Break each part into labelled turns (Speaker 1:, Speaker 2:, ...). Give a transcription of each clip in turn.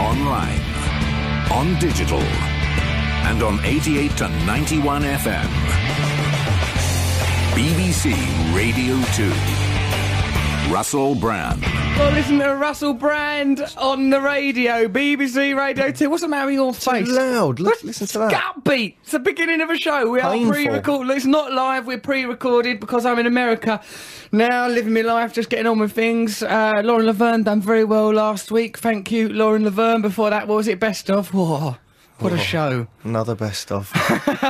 Speaker 1: online, on digital, and on 88 to 91 FM. BBC Radio 2. Russell Brand.
Speaker 2: Well, listen to Russell Brand on the radio, BBC Radio 2. What's the matter with your face?
Speaker 3: loud. Look,
Speaker 2: What's-
Speaker 3: listen to that.
Speaker 2: Gut beat. It's the beginning of a show. We
Speaker 3: Painful.
Speaker 2: are pre-recorded. It's not live. We're pre-recorded because I'm in America now, living my life, just getting on with things. Uh, Lauren Laverne done very well last week. Thank you, Lauren Laverne. Before that, what was it? Best of? Whoa, what a show.
Speaker 3: Another best of.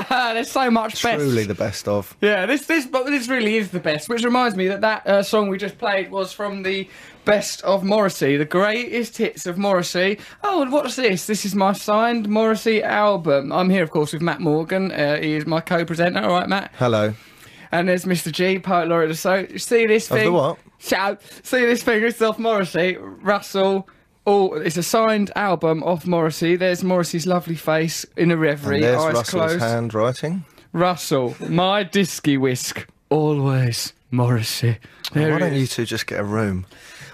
Speaker 2: There's so much best.
Speaker 3: Truly the best of.
Speaker 2: Yeah, this this but this really is the best. Which reminds me that that uh, song we just played was from the best of Morrissey, the greatest hits of Morrissey. Oh, and what's this? This is my signed Morrissey album. I'm here, of course, with Matt Morgan. Uh, he is my co-presenter. All right, Matt.
Speaker 3: Hello.
Speaker 2: And there's Mr. G, poet laureate. of So see this
Speaker 3: Of the
Speaker 2: thing.
Speaker 3: what?
Speaker 2: Shout. See this thing. It's off Morrissey, Russell. Oh, it's a signed album of Morrissey. There's Morrissey's lovely face in a reverie,
Speaker 3: And there's
Speaker 2: eyes
Speaker 3: Russell's
Speaker 2: closed.
Speaker 3: handwriting.
Speaker 2: Russell, my disky whisk, always Morrissey. There
Speaker 3: Why
Speaker 2: it
Speaker 3: don't
Speaker 2: is.
Speaker 3: you two just get a room?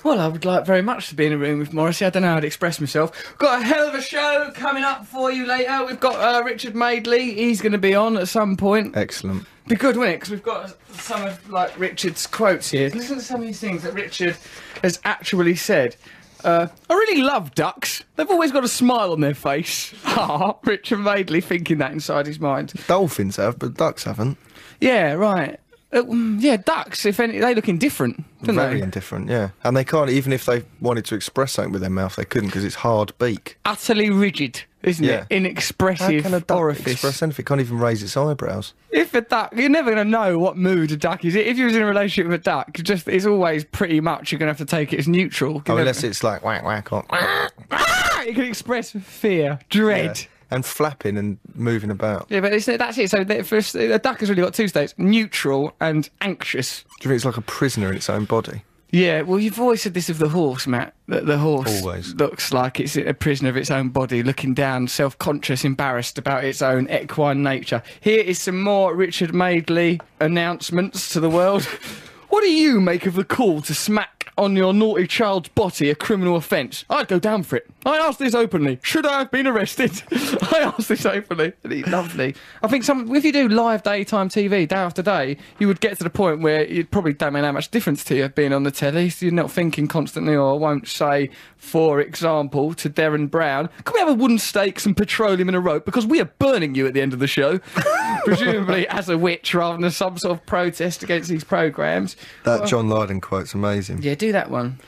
Speaker 2: Well, I would like very much to be in a room with Morrissey. I don't know how to express myself. Got a hell of a show coming up for you later. We've got uh, Richard Madeley. He's going to be on at some point.
Speaker 3: Excellent.
Speaker 2: Be good, wouldn't it? Because we've got some of like Richard's quotes here. Listen to some of these things that Richard has actually said. Uh, I really love ducks. They've always got a smile on their face. Ah, Richard Madeley thinking that inside his mind.
Speaker 3: Dolphins have, but ducks haven't.
Speaker 2: Yeah, right. Uh, mm, yeah, ducks. If any, they looking different, don't
Speaker 3: Very
Speaker 2: they?
Speaker 3: indifferent, yeah. And they can't, even if they wanted to express something with their mouth, they couldn't because it's hard beak.
Speaker 2: Utterly rigid, isn't
Speaker 3: Yeah.
Speaker 2: it?
Speaker 3: How
Speaker 2: Inexpressive
Speaker 3: can a duck
Speaker 2: orifice.
Speaker 3: express anything? It can't even raise its eyebrows.
Speaker 2: if a duck, you're never going to know what mood a duck is. If you was in a relationship with a duck, you just it's always pretty much you're going to have to take it as neutral. You
Speaker 3: Oh,
Speaker 2: never-
Speaker 3: unless it's like whack, whack, whack, whack.
Speaker 2: Ah! it can express fear, dread.
Speaker 3: Yeah. And flapping and moving about.
Speaker 2: Yeah, but it's, that's it. So the, for, us, a duck has really got two states: neutral and anxious.
Speaker 3: Do you think it's like a prisoner in its own body?
Speaker 2: Yeah, well, you've always said this of the horse, Matt. That the horse
Speaker 3: Always.
Speaker 2: looks like it's a prisoner of its own body, looking down, self conscious, embarrassed about its own equine nature. Here is some more Richard Madeley announcements to the world. what do you make of the call to smack on your naughty child's body a criminal offence? I'd go down for it. I ask this openly. Should I have been arrested? I ask this openly. And he's lovely. I think some if you do live daytime TV day after day, you would get to the point where it probably don't make that much difference to you being on the telly. So you're not thinking constantly. Or I won't say, for example, to Darren Brown, can we have a wooden stake, some petroleum, and a rope because we are burning you at the end of the show, presumably as a witch rather than some sort of protest against these programs.
Speaker 3: That John Lydon quote's amazing.
Speaker 2: Yeah, do that one.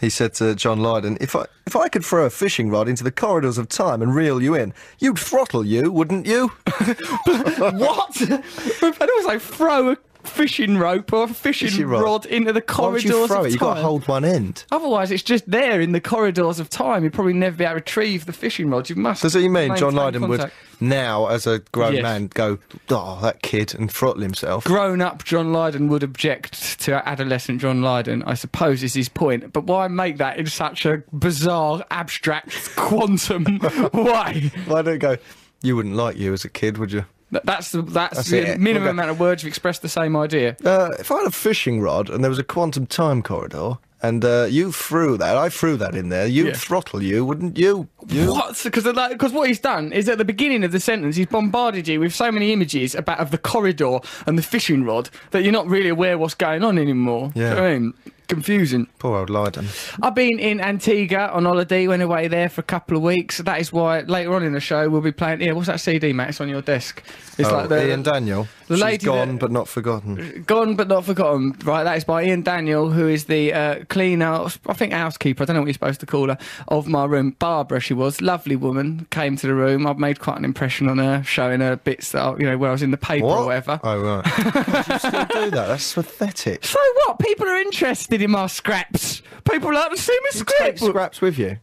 Speaker 3: He said to John Lydon, if I, if I could throw a fishing rod into the corridors of time and reel you in, you'd throttle you, wouldn't you?
Speaker 2: what? I'd also throw a fishing rope or a fishing,
Speaker 3: Fishing
Speaker 2: rod.
Speaker 3: rod.
Speaker 2: into the
Speaker 3: Why would
Speaker 2: corridors
Speaker 3: you throw
Speaker 2: of
Speaker 3: it?
Speaker 2: time.
Speaker 3: You've got to hold one end.
Speaker 2: Otherwise, it's just there in the corridors of time. You'll probably never be able to retrieve the fishing rod. You must.
Speaker 3: Does he mean
Speaker 2: maintain
Speaker 3: John Lydon would
Speaker 2: contact.
Speaker 3: now, as a grown
Speaker 2: Yes.
Speaker 3: man, go, oh, that kid, and throttle himself?
Speaker 2: Grown up John Lydon would object to adolescent John Lydon, I suppose, is his point. But why make that in such a bizarre, abstract, quantum way?
Speaker 3: Why don't you go, you wouldn't like you as a kid, would you?
Speaker 2: Th- That's the, that's
Speaker 3: That's
Speaker 2: the
Speaker 3: it.
Speaker 2: minimum
Speaker 3: Okay.
Speaker 2: amount of words to express the same idea.
Speaker 3: Uh, if I had a fishing rod and there was a quantum time corridor, and uh, you threw that, I threw that in there, you'd
Speaker 2: Yeah.
Speaker 3: throttle you, wouldn't you? you?
Speaker 2: What? Because because what he's done is at the beginning of the sentence he's bombarded you with so many images about of the corridor and the fishing rod that you're not really aware what's going on anymore. Do you know
Speaker 3: Yeah.
Speaker 2: what I mean? Confusing.
Speaker 3: Poor old Lydon.
Speaker 2: I've been in Antigua on holiday, went away there for a couple of weeks. That is why later on in the show we'll be playing. Yeah, what's that CD, Matt? It's on your desk. It's
Speaker 3: oh,
Speaker 2: like the,
Speaker 3: Ian Daniel.
Speaker 2: the
Speaker 3: She's
Speaker 2: lady
Speaker 3: gone
Speaker 2: that-
Speaker 3: but not forgotten.
Speaker 2: Gone but not forgotten. Right, that is by Ian Daniel, who is the uh, cleaner, I think housekeeper. I don't know what you're supposed to call her of my room. Barbara, she was lovely woman. Came to the room. I've made quite an impression on her, showing her bits that I, you know where I was in the paper or whatever.
Speaker 3: Oh right. God, you still do that? That's pathetic.
Speaker 2: so what? People are interested in my scraps. People like to see my
Speaker 3: Take
Speaker 2: scraps.
Speaker 3: scraps with you.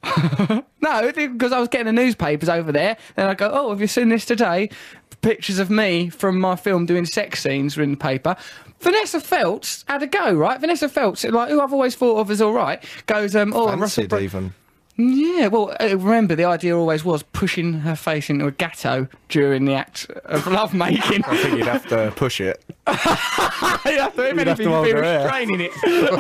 Speaker 2: No, because I was getting the newspapers over there. Then I go, oh, have you seen this today? Pictures of me from my film doing sex scenes were in the paper. Vanessa Feltz had a go, right? Vanessa Feltz, like who I've always thought of as all right, goes, um, oh, Russell
Speaker 3: Fancied
Speaker 2: Brand-
Speaker 3: even.
Speaker 2: Yeah, well, uh, remember the idea always was pushing her face into a gatto during the act of lovemaking.
Speaker 3: I think you'd have to push it.
Speaker 2: I thought if
Speaker 3: You'd have to
Speaker 2: anything, you'd be
Speaker 3: hold her hair.
Speaker 2: restraining it.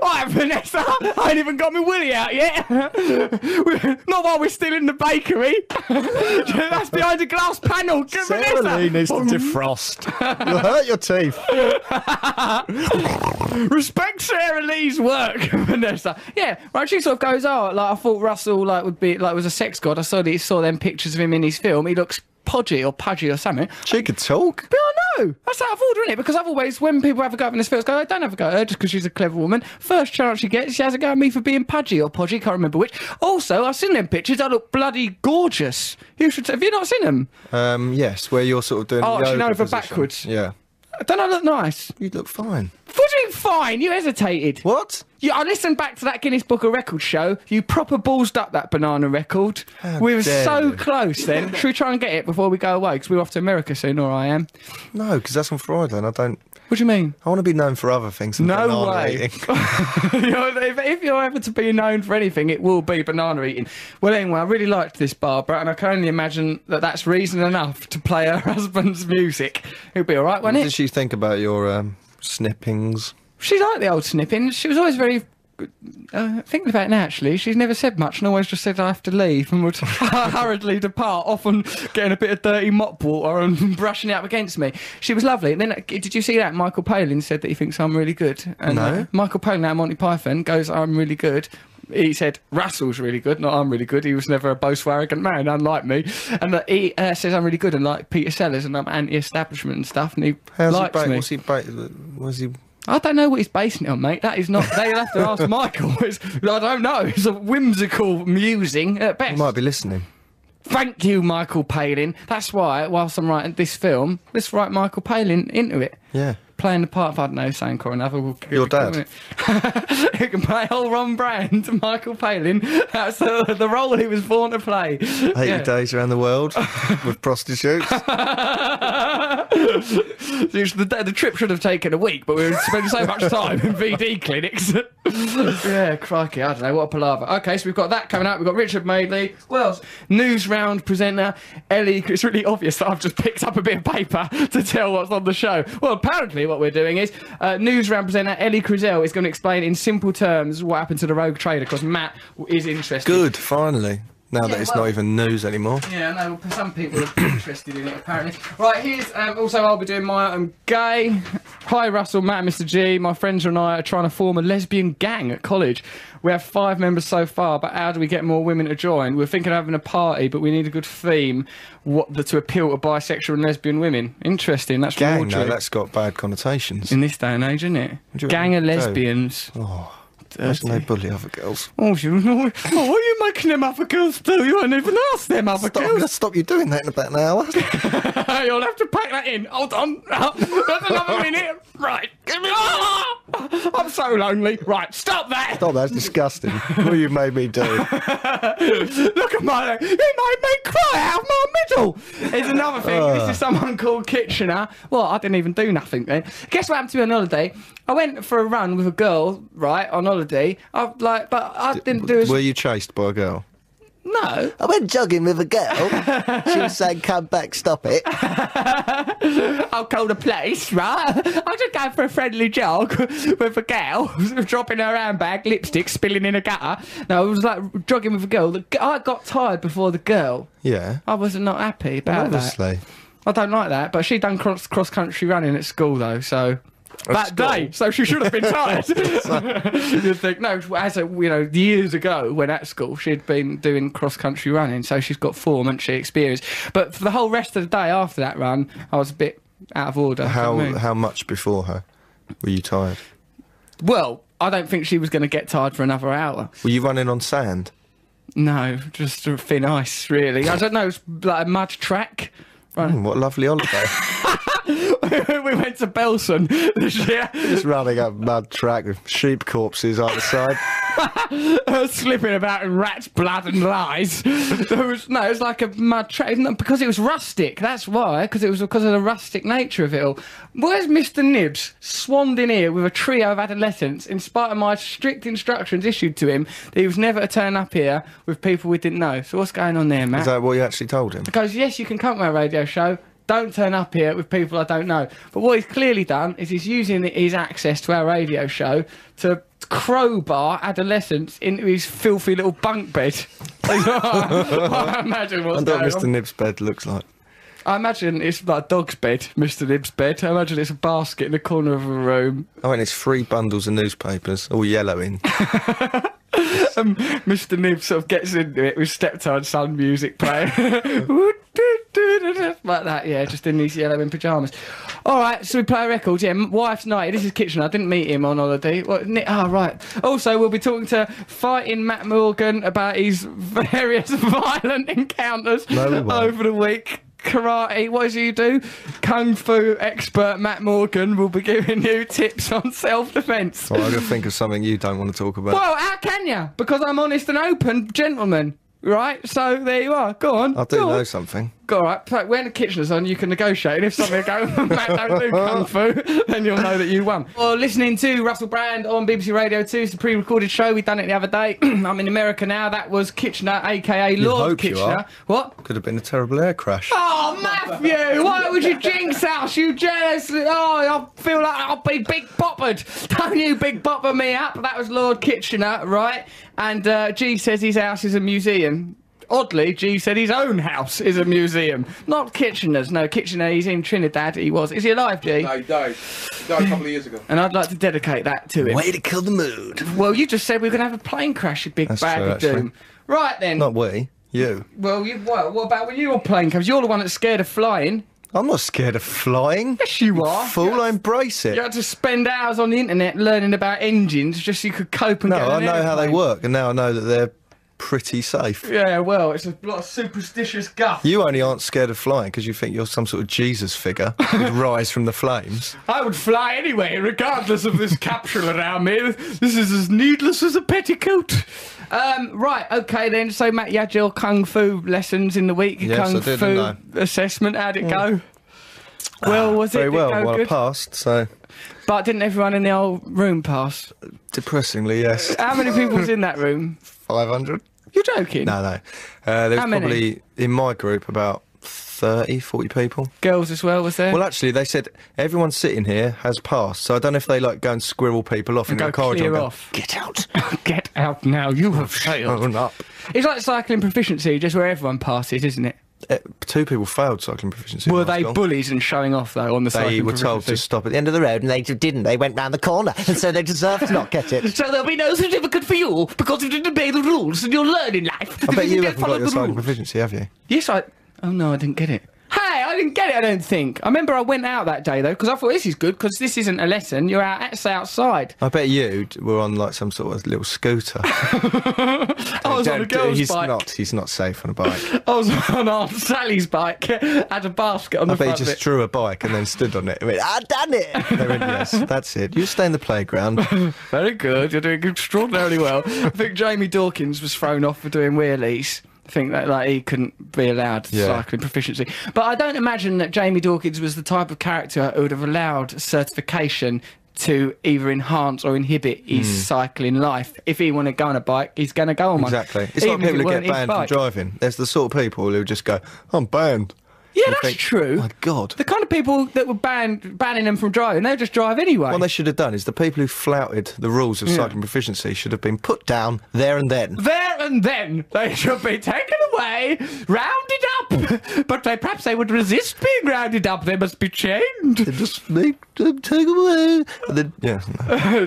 Speaker 2: All right, Vanessa, I ain't even got my willy out yet. We- Not while we're still in the bakery. That's behind a glass panel. Good
Speaker 3: Sarah Lee
Speaker 2: Vanessa,
Speaker 3: needs to defrost. You'll hurt your teeth.
Speaker 2: respect Sarah Lee's work, Vanessa. Yeah, right. She sort of goes, oh, like I thought Russell like would be like was a sex god. I saw these saw them pictures of him in his film. He looks podgy or pudgy or something.
Speaker 3: She could talk.
Speaker 2: But I know. That's out of order, isn't it? Because I've always, when people have a go at Vanessa Phillips, go, I don't have a go at her just because she's a clever woman. First chance she gets, she has a go at me for being pudgy or podgy, can't remember which. Also, I've seen them pictures. I look bloody gorgeous. You should. Have you not seen them?
Speaker 3: Um, yes, where you're sort of doing. the
Speaker 2: Arching
Speaker 3: yoga
Speaker 2: over
Speaker 3: position.
Speaker 2: backwards.
Speaker 3: Yeah,
Speaker 2: Don't I look nice?
Speaker 3: you look fine.
Speaker 2: What do you mean, fine? You hesitated.
Speaker 3: What?
Speaker 2: You, I listened back to that Guinness Book of Records show. You proper ballsed up that banana record. we were
Speaker 3: dare
Speaker 2: so
Speaker 3: you.
Speaker 2: close then. Should we try and get it before we go away? Because we're off to America soon, or I am.
Speaker 3: No, because that's on Friday, and I don't.
Speaker 2: What do you mean?
Speaker 3: I want to be known for other things. than
Speaker 2: No
Speaker 3: banana
Speaker 2: way.
Speaker 3: eating.
Speaker 2: You know, if, if you're ever to be known for anything, it will be banana eating. Well, anyway, I really liked this Barbara, and I can only imagine that that's reason enough to play her husband's music. It'd be all right,
Speaker 3: What
Speaker 2: wouldn't
Speaker 3: did
Speaker 2: it?
Speaker 3: she think about your um, snippings?
Speaker 2: She liked the old snipping. She was always very. Uh, thinking about it now, actually, she's never said much and always just said, I have to leave and would hurriedly depart, often getting a bit of dirty mop water and brushing it up against me. She was lovely. And then, uh, did you see that? Michael Palin said that he thinks I'm really good. And
Speaker 3: No.
Speaker 2: uh, Michael Palin, now Monty Python, goes, I'm really good. He said, Russell's really good, not I'm really good. He was never a boastful, arrogant man, unlike me. And that he uh, says, I'm really good, and like Peter Sellers, and I'm anti establishment and stuff, and he
Speaker 3: How's
Speaker 2: likes
Speaker 3: he ba-
Speaker 2: me.
Speaker 3: What's he ba- Was he?
Speaker 2: I don't know what he's basing it on, mate. That is not. They'll have to ask Michael. It's, I don't know. It's a whimsical musing at
Speaker 3: He
Speaker 2: best.
Speaker 3: might be listening.
Speaker 2: Thank you, Michael Palin. That's why, whilst I'm writing this film, let's write Michael Palin into it.
Speaker 3: Yeah.
Speaker 2: Playing the part of, I don't know, Sank or another. We'll
Speaker 3: Your dad.
Speaker 2: Who can play whole Ron Brand, Michael Palin. That's the, the role he was born to play.
Speaker 3: Eighty
Speaker 2: Yeah.
Speaker 3: days around the world with prostitutes.
Speaker 2: It's- the, the trip should have taken a week, but we were spending so much time in VD clinics. yeah, crikey, I don't know, what a palaver. Okay, so we've got that coming up. We've got Richard Madeley, Wells, news round presenter, Ellie. It's really obvious that I've just picked up a bit of paper to tell what's on the show. Well, apparently, what we're doing is uh, news round presenter Ellie Crizell is going to explain in simple terms what happened to the rogue trader because Matt is interested.
Speaker 3: Good, finally. Now that
Speaker 2: Yeah,
Speaker 3: it's
Speaker 2: well-
Speaker 3: not even news anymore.
Speaker 2: Yeah, I know. Some people are interested in it, apparently. Right, here's um, also I'll be doing my I'm gay. Hi, Russell, Matt, Mr. G. My friends and I are trying to form a lesbian gang at college. We have five members so far, but how do we get more women to join? We're thinking of having a party, but we need a good theme what the, to appeal to bisexual and lesbian women. Interesting. That's
Speaker 3: Gang,
Speaker 2: Audrey.
Speaker 3: though, Oh, that's got bad connotations.
Speaker 2: in this day and age, isn't it?
Speaker 3: do you
Speaker 2: Gang of
Speaker 3: reckon?
Speaker 2: lesbians.
Speaker 3: Oh, that's no bully other girls.
Speaker 2: Oh, you know, oh, what are you making them other girls do? You ain't even asked them other
Speaker 3: Stop, I'm
Speaker 2: girls.
Speaker 3: going to stop you doing that in about an hour.
Speaker 2: Hey, You'll have to pack that in. Hold on. That's another minute. Right. Give me. Ah! I'm so lonely. Right. Stop that.
Speaker 3: Stop, that's disgusting. what you made me do.
Speaker 2: Look at my. It made me cry out of my middle. Here's another thing. This
Speaker 3: Uh.
Speaker 2: is someone called Kitchener. Well, I didn't even do nothing then. Guess what happened to me on holiday? I went for a run with a girl, right, on holiday. I like, but I didn't do as
Speaker 3: Were you chased by a girl?
Speaker 2: no.
Speaker 4: I went jogging with a girl. she was saying, come back, stop it.
Speaker 2: I'll call the police, right? I'm just going for a friendly jog with a girl, dropping her handbag, lipstick spilling in a gutter. No, I was like jogging with a girl. The, g- I got tired before the girl.
Speaker 3: Yeah.
Speaker 2: I was not happy about that.
Speaker 3: Obviously.
Speaker 2: I don't like that, but she done cross cross country running at school though, so. that day, so she should have been tired. You'd think no, as a, you know, years ago when at school she'd been doing cross country running, so she's got form and she experience. But for the whole rest of the day after that run, I was a bit out of order.
Speaker 3: How
Speaker 2: Do you know what I mean?
Speaker 3: how much before her were you tired?
Speaker 2: Well, I don't think she was going to get tired for another hour.
Speaker 3: Were you running on sand?
Speaker 2: No, just a thin ice, really. I don't know, it's like a mud track.
Speaker 3: Hmm, what a lovely holiday.
Speaker 2: we went to Belson this year,
Speaker 3: Just running up mud track with sheep corpses either side.
Speaker 2: uh, slipping about in rat's blood and lies. There was no, it was like a mud track No, because it was rustic. That's why, because it was because of the rustic nature of it all. Where's Mister Nibs swanned in here with a trio of adolescents, in spite of my strict instructions issued to him that he was never to turn up here with people we didn't know? So what's going on there, Matt?
Speaker 3: Is that what you actually told him?
Speaker 2: goes, yes, you can come to my radio show. Don't turn up here with people I don't know. But what he's clearly done is he's using his access to our radio show to crowbar adolescents into his filthy little bunk bed. I imagine
Speaker 3: I
Speaker 2: what's
Speaker 3: thought
Speaker 2: going
Speaker 3: Mr.
Speaker 2: on.
Speaker 3: Nib's bed looks like.
Speaker 2: I imagine it's like a dog's bed, Mr. Nib's bed. I imagine it's a basket in the corner of a room.
Speaker 3: Oh, and it's three bundles of newspapers, all yellow in.
Speaker 2: Um, Mr. Nib sort of gets into it with steptide sun music playing. like that, yeah, just in these yellow in pyjamas. All right, so we play records. Yeah, M- Wife's Night. This is Kitchener. I didn't meet him on holiday. What, Nick, oh, right. Also, we'll be talking to fighting Matt Morgan about his various violent encounters
Speaker 3: No way.
Speaker 2: over the week. Karate, what does he do? Kung Fu expert Matt Morgan will be giving you tips on self defence.
Speaker 3: Well, I'm going to think of something you don't want to talk about.
Speaker 2: Well, how can you? Because I'm honest and open, gentlemen. Right? So there you are. Go on.
Speaker 3: I do
Speaker 2: go
Speaker 3: know
Speaker 2: on.
Speaker 3: something.
Speaker 2: Go all right. So When the kitchener's on, you can negotiate. And if something goes, Matt don't do kung fu, then you'll know that you won. Or listening to Russell Brand on BBC Radio 2. It's a pre-recorded show. We done it the other day. I'm in America now. That was Kitchener, a.k.a. Lord
Speaker 3: hope you
Speaker 2: Kitchener.
Speaker 3: are.
Speaker 2: What?
Speaker 3: Could have been a terrible air crash.
Speaker 2: Oh, Matthew, why would you jinx us? You jealous? Oh, I feel like I'll be big boppered. Don't you big bopper me up. That was Lord Kitchener, right? And uh, G says his house is a museum. Oddly, G said his own house is a museum. Not Kitchener's, no, Kitchener, he's in Trinidad, he was. Is he alive, G?
Speaker 5: No, he died. He died a couple of years ago.
Speaker 2: And I'd like to dedicate that to him.
Speaker 4: to kill the mood.
Speaker 2: Well, you just said we are going to have a plane crash, you big
Speaker 3: That's
Speaker 2: bag
Speaker 3: true,
Speaker 2: of doom.
Speaker 3: actually.
Speaker 2: Right then.
Speaker 3: Not we, you.
Speaker 2: Well, you, well, what about when your plane comes? You're the one that's scared of flying.
Speaker 3: I'm not scared of flying.
Speaker 2: Yes, you are.
Speaker 3: Fool, I embrace it.
Speaker 2: You had to spend hours on the internet learning about engines just so you could cope and
Speaker 3: No,
Speaker 2: get
Speaker 3: I
Speaker 2: on an
Speaker 3: know how they
Speaker 2: aeroplane.
Speaker 3: work, and now I know that they're pretty safe.
Speaker 2: Yeah, well, it's a lot of superstitious guff.
Speaker 3: You only aren't scared of flying because you think you're some sort of Jesus figure who'd rise from the flames.
Speaker 2: I would fly anyway, regardless of this capsule around me. This is as needless as a petticoat. Um, right, okay then. So, Matt, you had your kung fu lessons in the week. your
Speaker 3: Yes,
Speaker 2: kung
Speaker 3: I did,
Speaker 2: fu
Speaker 3: didn't
Speaker 2: assessment. How'd it go? Well, was
Speaker 3: Very
Speaker 2: it? Did
Speaker 3: well,
Speaker 2: it go
Speaker 3: well I
Speaker 2: good?
Speaker 3: passed, so
Speaker 2: But didn't everyone in the old room pass?
Speaker 3: depressingly, yes.
Speaker 2: How many people was in that room?
Speaker 3: 500?
Speaker 2: You're joking.
Speaker 3: No, no. Uh, there was
Speaker 2: How many?
Speaker 3: probably, in my group, about 30, 40 people.
Speaker 2: Girls as well, was there?
Speaker 3: Well, actually, they said everyone sitting here has passed, so I don't know if they like go and squirrel people off in
Speaker 2: go
Speaker 3: the corridor.
Speaker 2: clear
Speaker 3: and go,
Speaker 2: off.
Speaker 3: Get out.
Speaker 2: Get out now, you have failed.
Speaker 3: Own Oh, up.
Speaker 2: It's like cycling proficiency, just where everyone passes, isn't it?
Speaker 3: Uh, two people failed cycling proficiency. in
Speaker 2: Were
Speaker 3: my
Speaker 2: they
Speaker 3: school.
Speaker 2: bullies and showing off though on the
Speaker 3: They
Speaker 2: cycling
Speaker 3: were told to
Speaker 2: proficiency?
Speaker 3: stop at the end of
Speaker 4: The road, and they d- didn't. They went round the corner, and so they deserve to not get it.
Speaker 2: So there'll be no certificate for you because you didn't obey the rules and you're learning life.
Speaker 3: I bet
Speaker 2: because
Speaker 3: you
Speaker 2: didn't
Speaker 3: haven't
Speaker 2: follow
Speaker 3: got your
Speaker 2: the
Speaker 3: cycling
Speaker 2: rules.
Speaker 3: proficiency, have you?
Speaker 2: Yes, I. Oh no, I didn't get it. Hey, I didn't get it. I don't think. I remember I went out that day though because I thought this is good because this isn't a lesson. You're out actually outside.
Speaker 3: I bet you d- were on like some sort of little scooter.
Speaker 2: I was on a
Speaker 3: Oh, Don't do-
Speaker 2: girl's
Speaker 3: he's
Speaker 2: bike.
Speaker 3: not. He's not safe on a bike.
Speaker 2: I was on Aunt Sally's bike. Had a basket on
Speaker 3: I
Speaker 2: the
Speaker 3: bet
Speaker 2: front
Speaker 3: he
Speaker 2: of
Speaker 3: just
Speaker 2: it.
Speaker 3: drew a bike and then stood on it. I mean, "Ah,
Speaker 4: I done it.
Speaker 3: they went, yes, that's it. You stay in the playground.
Speaker 2: Very good. You're doing extraordinarily well. I think Jamie Dawkins was thrown off for doing wheelies. I think that like he couldn't be allowed
Speaker 3: Yeah.
Speaker 2: cycling proficiency. But I don't imagine that Jamie Dawkins was the type of character who would have allowed certification to either enhance or inhibit his
Speaker 3: Hmm.
Speaker 2: cycling life. If he wanted to go on a bike, he's going to go on one.
Speaker 3: Exactly. It's
Speaker 2: Even
Speaker 3: like
Speaker 2: if it
Speaker 3: people who
Speaker 2: weren't
Speaker 3: get
Speaker 2: his
Speaker 3: banned from
Speaker 2: bike.
Speaker 3: driving. There's the sort of people who just go, I'm banned.
Speaker 2: Yeah,
Speaker 3: You
Speaker 2: that's
Speaker 3: think, "Oh,
Speaker 2: true.
Speaker 3: My God.
Speaker 2: The kind of people that were banned, banning them from driving, they would just drive anyway.
Speaker 3: What they should have done is the people who flouted the rules of cycling proficiency should have been put down there and then.
Speaker 2: there and then they should be taken away, rounded up. But they, perhaps they would resist being rounded up. They must be chained.
Speaker 3: They just make them take away. And then- yeah, no.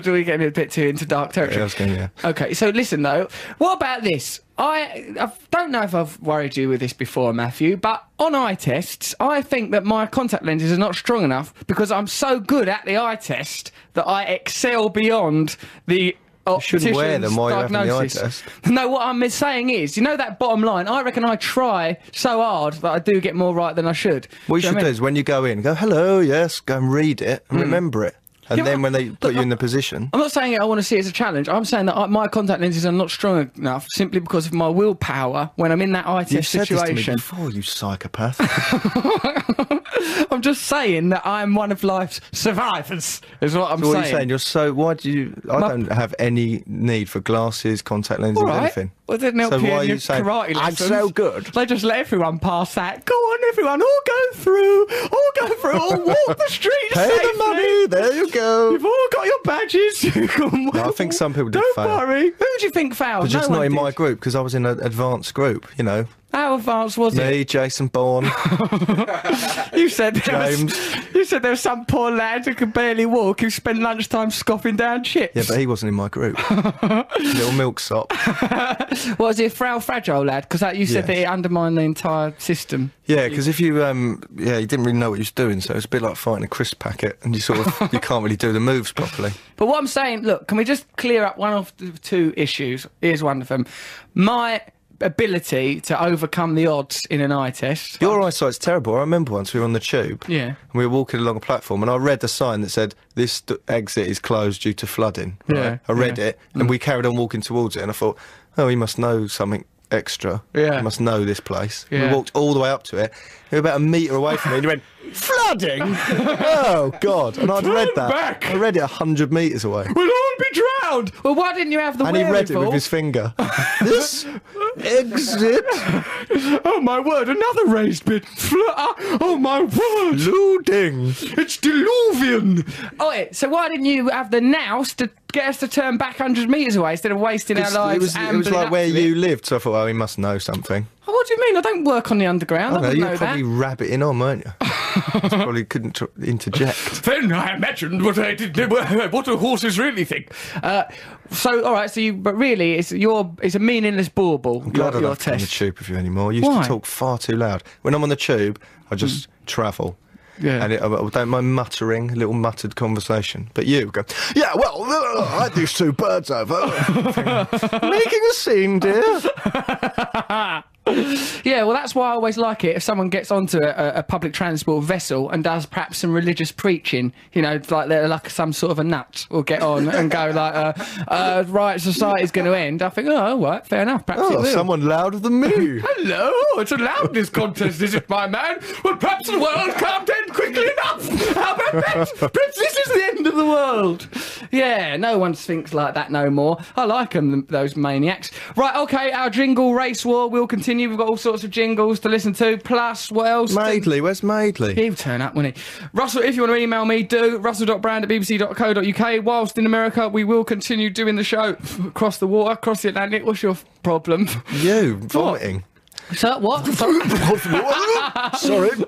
Speaker 2: Do we get a bit too into dark territory?
Speaker 3: Yeah, I was going, yeah.
Speaker 2: Okay, so listen though. What about this? I, I don't know if I've worried you with this before, Matthew, but on eye tests, I think that my contact lenses are not strong enough because I'm so good at the eye test that I excel beyond the You
Speaker 3: shouldn't wear them while you're having the eye test.
Speaker 2: No, what I'm saying is, you know that bottom line. I reckon I try so hard that I do get more right than I should.
Speaker 3: What you
Speaker 2: Do
Speaker 3: should
Speaker 2: know I
Speaker 3: do
Speaker 2: mean? Mm.
Speaker 3: is when you go in, go, hello, yes, go and read it and remember it. And
Speaker 2: Yeah,
Speaker 3: then when they
Speaker 2: but-
Speaker 3: put you in the position,
Speaker 2: I'm not saying I want to see it as a challenge. I'm saying that I, my contact lenses are not strong enough simply because of my willpower when I'm in that eye
Speaker 3: you
Speaker 2: test
Speaker 3: said this to me
Speaker 2: situation.
Speaker 3: before, you psychopath.
Speaker 2: I'm just saying that I'm one of life's survivors. Is what I'm
Speaker 3: so what are
Speaker 2: saying.
Speaker 3: you saying? You're so, why do you, I
Speaker 2: My-
Speaker 3: don't have any need for glasses, contact lenses,
Speaker 2: All right.
Speaker 3: anything.
Speaker 2: Well, it didn't help
Speaker 3: So
Speaker 2: you
Speaker 3: why
Speaker 2: in
Speaker 3: are
Speaker 2: your
Speaker 3: you saying,
Speaker 2: karate
Speaker 3: "I'm
Speaker 2: lessons.
Speaker 3: so good"?
Speaker 2: They just let everyone pass that. Go on, everyone, all go through, all go through, all walk the streets.
Speaker 3: Pay
Speaker 2: safely.
Speaker 3: the money, there you go.
Speaker 2: You've all got your badges. You can
Speaker 3: No, I think some people did
Speaker 2: Don't
Speaker 3: fail.
Speaker 2: worry. Who do you think failed?
Speaker 3: But just
Speaker 2: no
Speaker 3: not
Speaker 2: one
Speaker 3: in my
Speaker 2: did.
Speaker 3: group because I was in an advanced group, you know.
Speaker 2: How advanced was it?
Speaker 3: Me, Jason Bourne.
Speaker 2: You said there was,
Speaker 3: James.
Speaker 2: you said there was some poor lad who could barely walk who spent lunchtime scoffing down chips.
Speaker 3: yeah, but he wasn't in my group. Little milksop.
Speaker 2: was he a frail, fragile lad? Because you said
Speaker 3: Yes.
Speaker 2: that it undermined the entire system.
Speaker 3: Yeah, because if you, um, yeah, you didn't really know what you was doing, so it's a bit like fighting a crisp packet, and you sort of you can't really do the moves properly.
Speaker 2: But what I'm saying, look, can we just clear up one of the two issues? Here's one of them. My ability to overcome the odds in an eye test.
Speaker 3: Your eyesight's terrible. I remember once we were on the tube,
Speaker 2: Yeah.
Speaker 3: and we were walking along a platform, and I read the sign that said this d- exit is closed due to flooding. right?
Speaker 2: Yeah,
Speaker 3: I read
Speaker 2: yeah.
Speaker 3: it, and we carried on walking towards it, and I thought, oh, he must know something extra.
Speaker 2: Yeah.
Speaker 3: he must know this place.
Speaker 2: Yeah.
Speaker 3: We walked all the way up to it. We were about a meter away from it, and he went flooding. oh God! And I'd read
Speaker 2: Turn
Speaker 3: that.
Speaker 2: back.
Speaker 3: I read it hundred meters away.
Speaker 2: We'll all be drowned! Well, why didn't you have the
Speaker 3: And he read it
Speaker 2: wherewithal?
Speaker 3: with his finger. this exit
Speaker 2: Oh my word, another raised bit. Fl- ah, Oh my word!
Speaker 3: looting.
Speaker 2: It's deluvian! Oh, wait, so why didn't you have the nouse to get us to turn back 100 metres away instead of wasting our lives?
Speaker 3: It was, it was
Speaker 2: ambling
Speaker 3: like
Speaker 2: up
Speaker 3: where
Speaker 2: to it?
Speaker 3: you lived, so I thought, oh, he must know something.
Speaker 2: Oh, what do you mean? I don't work on the underground. I,
Speaker 3: I don't
Speaker 2: wouldn't
Speaker 3: know,
Speaker 2: know
Speaker 3: you're probably
Speaker 2: that.
Speaker 3: rabbiting on, weren't you? Just probably couldn't tr- interject.
Speaker 2: Then I imagined what I did. What do horses really think? Uh, so, all right. So, you, but really, it's your it's a meaningless bauble.
Speaker 3: Glad
Speaker 2: your,
Speaker 3: I
Speaker 2: your
Speaker 3: don't on the
Speaker 2: test.
Speaker 3: tube with you anymore. I used
Speaker 2: Why? Mm.
Speaker 3: to talk far too loud. When I'm on the tube, I just travel.
Speaker 2: Yeah.
Speaker 3: And it, I I don't mind muttering, a little muttered conversation. But you go, yeah, well, uh, I had these two birds over. Making a scene, dear.
Speaker 2: Yeah, well, that's why I always like it if someone gets onto a, a public transport vessel and does perhaps some religious preaching. You know, like they're like some sort of a nut or get on and go like, uh, uh, right, society's going to end. I think, oh, all right, fair enough. Perhaps it
Speaker 3: Oh,
Speaker 2: will.
Speaker 3: someone louder than me.
Speaker 2: Hello, it's a loudness contest, is it, my man? Well, perhaps the world can't end quickly enough. How about that? Perhaps this is the end of the world. Yeah, no one thinks like that no more. I like them, those maniacs. Right, okay, our jingle race war will continue. We've got all sorts of jingles to listen to. Plus, what else?
Speaker 3: Maidley, where's Maidley?
Speaker 2: He'll turn up, won't he? Russell, if you want to email me, do russell.brand at bbc.co.uk. Whilst in America, we will continue doing the show across the water, across the Atlantic. What's your problem?
Speaker 3: You, vomiting.
Speaker 2: So, what?
Speaker 4: Sorry.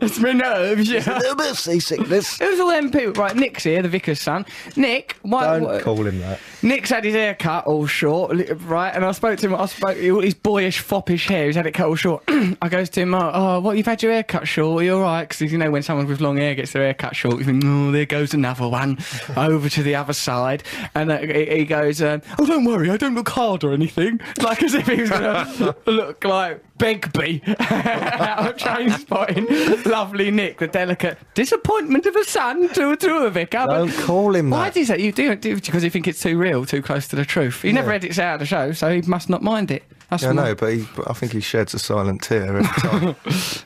Speaker 2: It's my nerves, yeah.
Speaker 4: little bit of seasickness.
Speaker 2: Who's all them people? Right, Nick's here, the vicar's son. Nick, why? wh-
Speaker 3: him that.
Speaker 2: Nick's had his hair cut all short, li- right? And I spoke to him. I spoke all his boyish, foppish hair. He's had it cut all short. I goes to him, oh, oh, what? You've had your hair cut short. Are you all right? Because you know when someone with long hair gets their hair cut short, you think, oh, there goes another one, over to the other side. And uh, he he goes, um, oh, don't worry, I don't look hard or anything. Like as if he was gonna look like Begbie out of train spotting. Lovely Nick, the delicate disappointment of a son to, to a vicar. but-
Speaker 3: Don't call him
Speaker 2: Why
Speaker 3: that.
Speaker 2: is that you do it do it because you think it's too real, too close to the truth. He never edits out of the show, so he must not mind it. That's
Speaker 3: Yeah, I
Speaker 2: my-
Speaker 3: know, but, he, but I think he sheds a silent tear every time.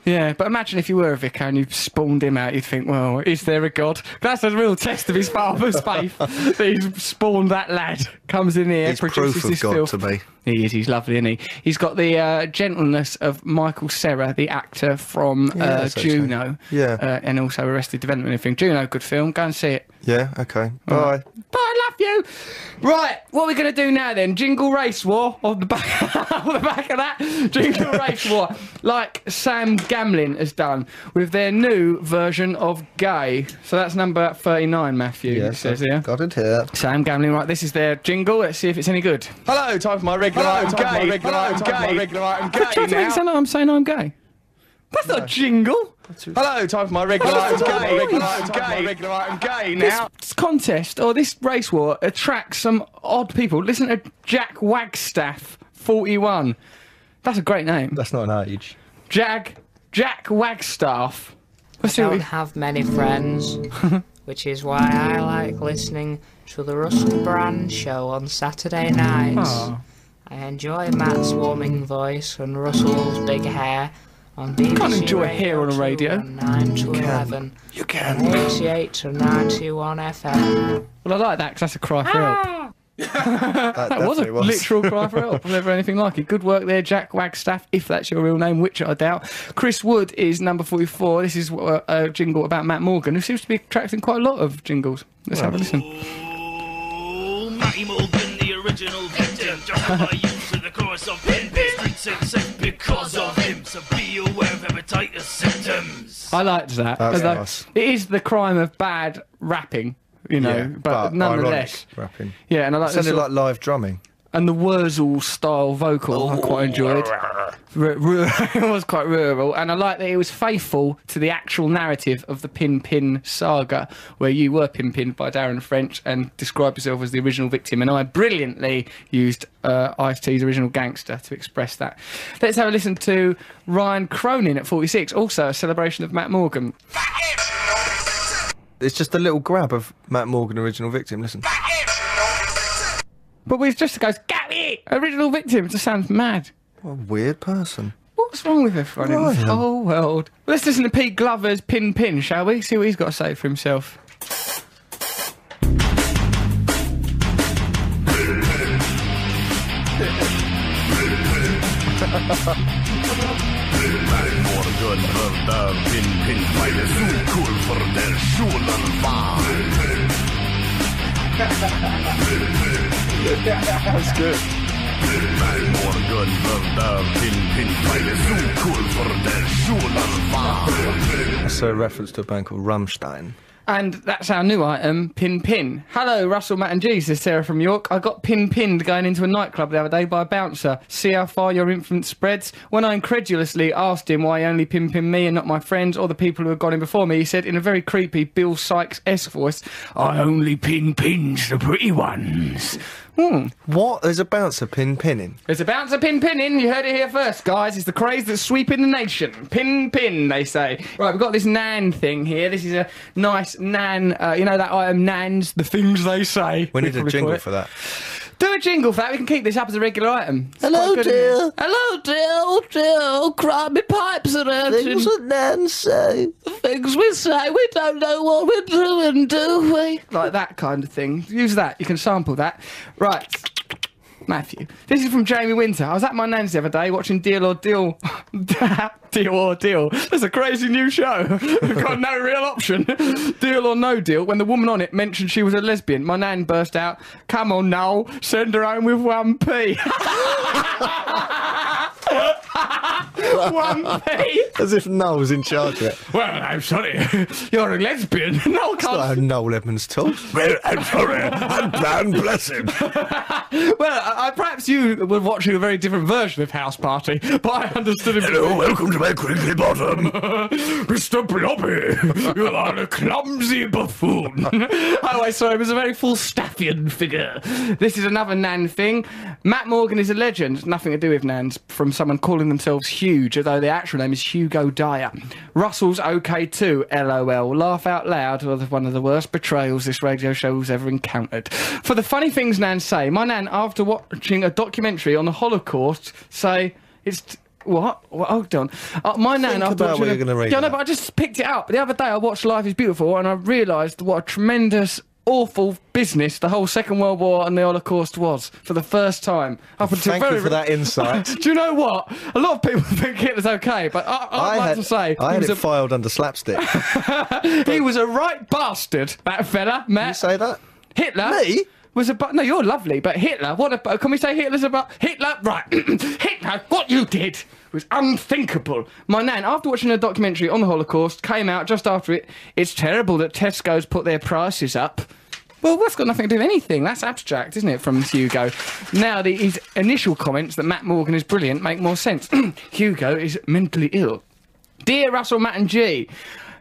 Speaker 2: Yeah, but imagine if you were a vicar and you spawned him out, you'd think, well, is there a God? That's a real test of his father's faith. that he's spawned that lad, comes in here,
Speaker 3: It's
Speaker 2: produces
Speaker 3: proof of
Speaker 2: this
Speaker 3: God
Speaker 2: filth.
Speaker 3: to me.
Speaker 2: He is, he's lovely, isn't he? He's got the uh, gentleness of Michael Serra, the actor from
Speaker 3: Yeah,
Speaker 2: uh,
Speaker 3: that's actually-
Speaker 2: Juno.
Speaker 3: Yeah.
Speaker 2: Uh, and also Arrested Development, I think. Juno, good film. Go and see it.
Speaker 3: yeah, okay. Bye.
Speaker 2: But I love you. Right, what are we going to do now then? Jingle race war on the back, on the back of that. Jingle race war, like Sam Gamlin has done with their new version of Gay. So that's number thirty-nine, Matthew. it says here.
Speaker 6: Got it here.
Speaker 2: Sam Gamlin, right? This is their jingle. Let's see if it's any good.
Speaker 3: Hello, time for my regular
Speaker 2: item, my regular item, my regular I'm trying to make it sound like I'm saying I'm gay. That's not a jingle.
Speaker 3: Hello, time for my regular
Speaker 2: Hello,
Speaker 3: item.
Speaker 2: time for my regular
Speaker 3: Hello,
Speaker 2: item.
Speaker 3: time for my
Speaker 2: Gay.
Speaker 3: regular item. Gay
Speaker 2: This
Speaker 3: now.
Speaker 2: contest or this race war attracts some odd people. Listen to Jack Wagstaff, 41. That's a great name.
Speaker 6: That's not an age.
Speaker 2: Jag, Jack Wagstaff. Let's see what
Speaker 7: don't
Speaker 2: he-
Speaker 7: have many friends, which is why I like listening to the Russell Brand show on Saturday nights.
Speaker 2: Aw.
Speaker 7: I enjoy Matt's warming voice and Russell's big hair on BBC
Speaker 2: can't enjoy hair on a
Speaker 7: 2
Speaker 2: radio.
Speaker 7: on 9 to 11. You can. 88 to 91 FM.
Speaker 2: Well, I like that because that's a cry for
Speaker 7: Ah.
Speaker 2: help.
Speaker 3: That,
Speaker 2: That was a
Speaker 3: definitely
Speaker 2: literal cry for help. I've never anything like it. Good work there, Jack Wagstaff, if that's your real name, which I doubt. Chris Wood is number 44. This is uh, a jingle about Matt Morgan, who seems to be attracting quite a lot of jingles. Let's have a listen.
Speaker 8: Oh, Matty Morgan, the original victim, justify use of the chorus of him. Streets and sex because of him, so be aware of hepatitis symptoms.
Speaker 2: I liked that.
Speaker 3: That's
Speaker 2: although
Speaker 3: nice.
Speaker 2: It is the crime of bad rapping, you know,
Speaker 3: Yeah,
Speaker 2: but,
Speaker 3: but
Speaker 2: nonetheless.
Speaker 3: ironic rapping.
Speaker 2: Yeah, and I like, the
Speaker 3: Sounded
Speaker 2: sort
Speaker 3: like live drumming.
Speaker 2: and the Wurzel style vocal I quite enjoyed. Ru- ru- it was quite rural, and I like that it was faithful to the actual narrative of the Pin Pin saga, where you were pin pinned by Darren French and described yourself as the original victim, and I brilliantly used uh, Ice T's original gangster to express that. Let's have a listen to Ryan Cronin at 46, also a celebration of Matt Morgan.
Speaker 3: It's just a little grab of Matt Morgan, original victim. Listen.
Speaker 2: But we just goes, "Get it, original victim." It just sounds mad.
Speaker 3: What a weird person.
Speaker 2: What's wrong with everyone in this
Speaker 3: Brian.
Speaker 2: whole world? Let's listen to Pete Glover's Pin Pin, shall we? See what he's got to say for himself.
Speaker 3: That's a reference to a band called Rammstein.
Speaker 2: And that's our new item, Pin Pin. Hello, Russell, Matt, and G, says Sarah from York. I got pin pinned going into a nightclub the other day by a bouncer. See how far your influence spreads? When I incredulously asked him why he only pin pinned me and not my friends or the people who had gone in before me, he said in a very creepy Bill Sykes esque voice, I only pin pins the pretty ones. Hmm.
Speaker 3: What is a bouncer pin pinning?
Speaker 2: It's a bouncer pin pinning. You heard it here first, guys. It's the craze that's sweeping the nation. Pin pin, they say. Right, we've got this nan thing here. This is a nice nan. Uh, you know that item, nans, the things they say.
Speaker 3: We need a
Speaker 2: probably call
Speaker 3: jingle
Speaker 2: it.
Speaker 3: for that.
Speaker 2: Do a jingle for that. We can keep this up as a regular item. It's
Speaker 4: Hello,
Speaker 2: quite good, isn't it?
Speaker 4: dear.
Speaker 2: Hello, dear. Oh, dear. Oh, Crummy pipes are
Speaker 4: Things
Speaker 2: urgent.
Speaker 4: that Nan say.
Speaker 2: Things we say, we don't know what we're doing, do we? Like that kind of thing. Use that. You can sample that. Right. Matthew. This is from Jamie Winter. I was at my nan's the other day watching Deal or Deal. deal or Deal. That's a crazy new show. We've got no real option. deal or no deal. When the woman on it mentioned she was a lesbian, my nan burst out, Come on, Noel, send her home with one P. one P.
Speaker 3: As if Noel's in charge of it.
Speaker 2: Well, I'm sorry. You're a lesbian. No,
Speaker 3: I
Speaker 2: can't.
Speaker 3: Noel Edmonds talks.
Speaker 1: I'm sorry. I'm Dan Blessed.
Speaker 2: Well, I, I, perhaps you were watching a very different version of House Party, but I understood it.
Speaker 1: Hello, welcome to my crinkly bottom.
Speaker 2: Mr. Blobby, you are a clumsy buffoon. oh, I saw him as a very Falstaffian figure. This is another Nan thing. Matt Morgan is a legend, nothing to do with Nans, from someone calling themselves Huge, although their actual name is Hugo Dyer. Russell's OK too, lol. Laugh out loud, was one of the worst betrayals this radio show has ever encountered. For the funny things Nan say, my Nan, after watching a documentary on the Holocaust, say, it's... what? Well, hold on. Uh, my nan, after
Speaker 3: about
Speaker 2: watching
Speaker 3: what
Speaker 2: a-
Speaker 3: you're gonna read
Speaker 2: Yeah, no,
Speaker 3: now.
Speaker 2: but I just picked it up. The other day I watched Life is Beautiful and I realised what a tremendous, awful business the whole Second World War and the Holocaust was for the first time. Up until
Speaker 3: Thank
Speaker 2: very
Speaker 3: you for that insight.
Speaker 2: Do you know what? A lot of people think Hitler's okay, but I, I'd like
Speaker 3: had,
Speaker 2: to say
Speaker 3: I
Speaker 2: he,
Speaker 3: had
Speaker 2: was
Speaker 3: it
Speaker 2: a,
Speaker 3: filed under slapstick.
Speaker 2: he was a right bastard, that fella, Matt.
Speaker 3: you say that?
Speaker 2: Hitler.
Speaker 3: Me?
Speaker 2: Was a but no, you're lovely, but Hitler. What a can we say? Hitler's about Hitler, right? Hitler, what you did was unthinkable. My nan, after watching a documentary on the Holocaust, came out just after it. It's terrible that Tesco's put their prices up. Well, that's got nothing to do with anything. That's abstract, isn't it, from Hugo? Now, the, his initial comments that Matt Morgan is brilliant make more sense. Hugo is mentally ill. Dear Russell, Matt, and G,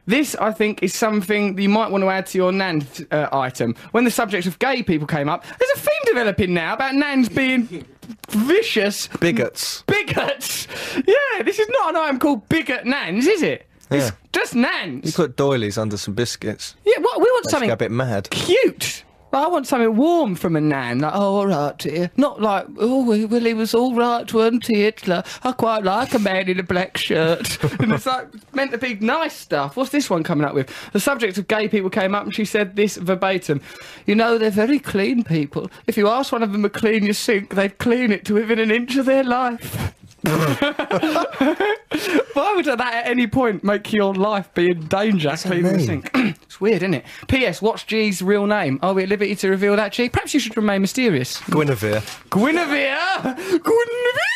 Speaker 2: this I think is something that you might want to add to your Nand uh, item. When the subject of gay people came up, there's a theme developing now about Nans being vicious
Speaker 3: Bigots.
Speaker 2: bigots. Yeah, this is not an item called bigot Nans, is it? It's
Speaker 3: Yeah.
Speaker 2: just
Speaker 3: You
Speaker 2: Nans.
Speaker 3: put doilies under some biscuits.
Speaker 2: Yeah, what, we want
Speaker 3: Makes you
Speaker 2: something
Speaker 3: go a bit mad.
Speaker 2: cute. Like, I want something warm from a nan, like, oh, all right, dear. Not like, oh, well, well, he was all right, wasn't he, Hitler? I quite like a man in a black shirt. and it's like, meant to be nice stuff. What's this one coming up with? The subject of gay people came up and she said this verbatim. You know, they're very clean people. If you ask one of them to clean your sink, they'd clean it to within an inch of their life. Why would that at any point make your life be in danger? Cleaning the sink. it's weird, isn't it? P.S. What's G's real name? Are we at liberty to reveal that, G? Perhaps you should remain mysterious.
Speaker 3: Guinevere.
Speaker 2: Guinevere! Guinevere!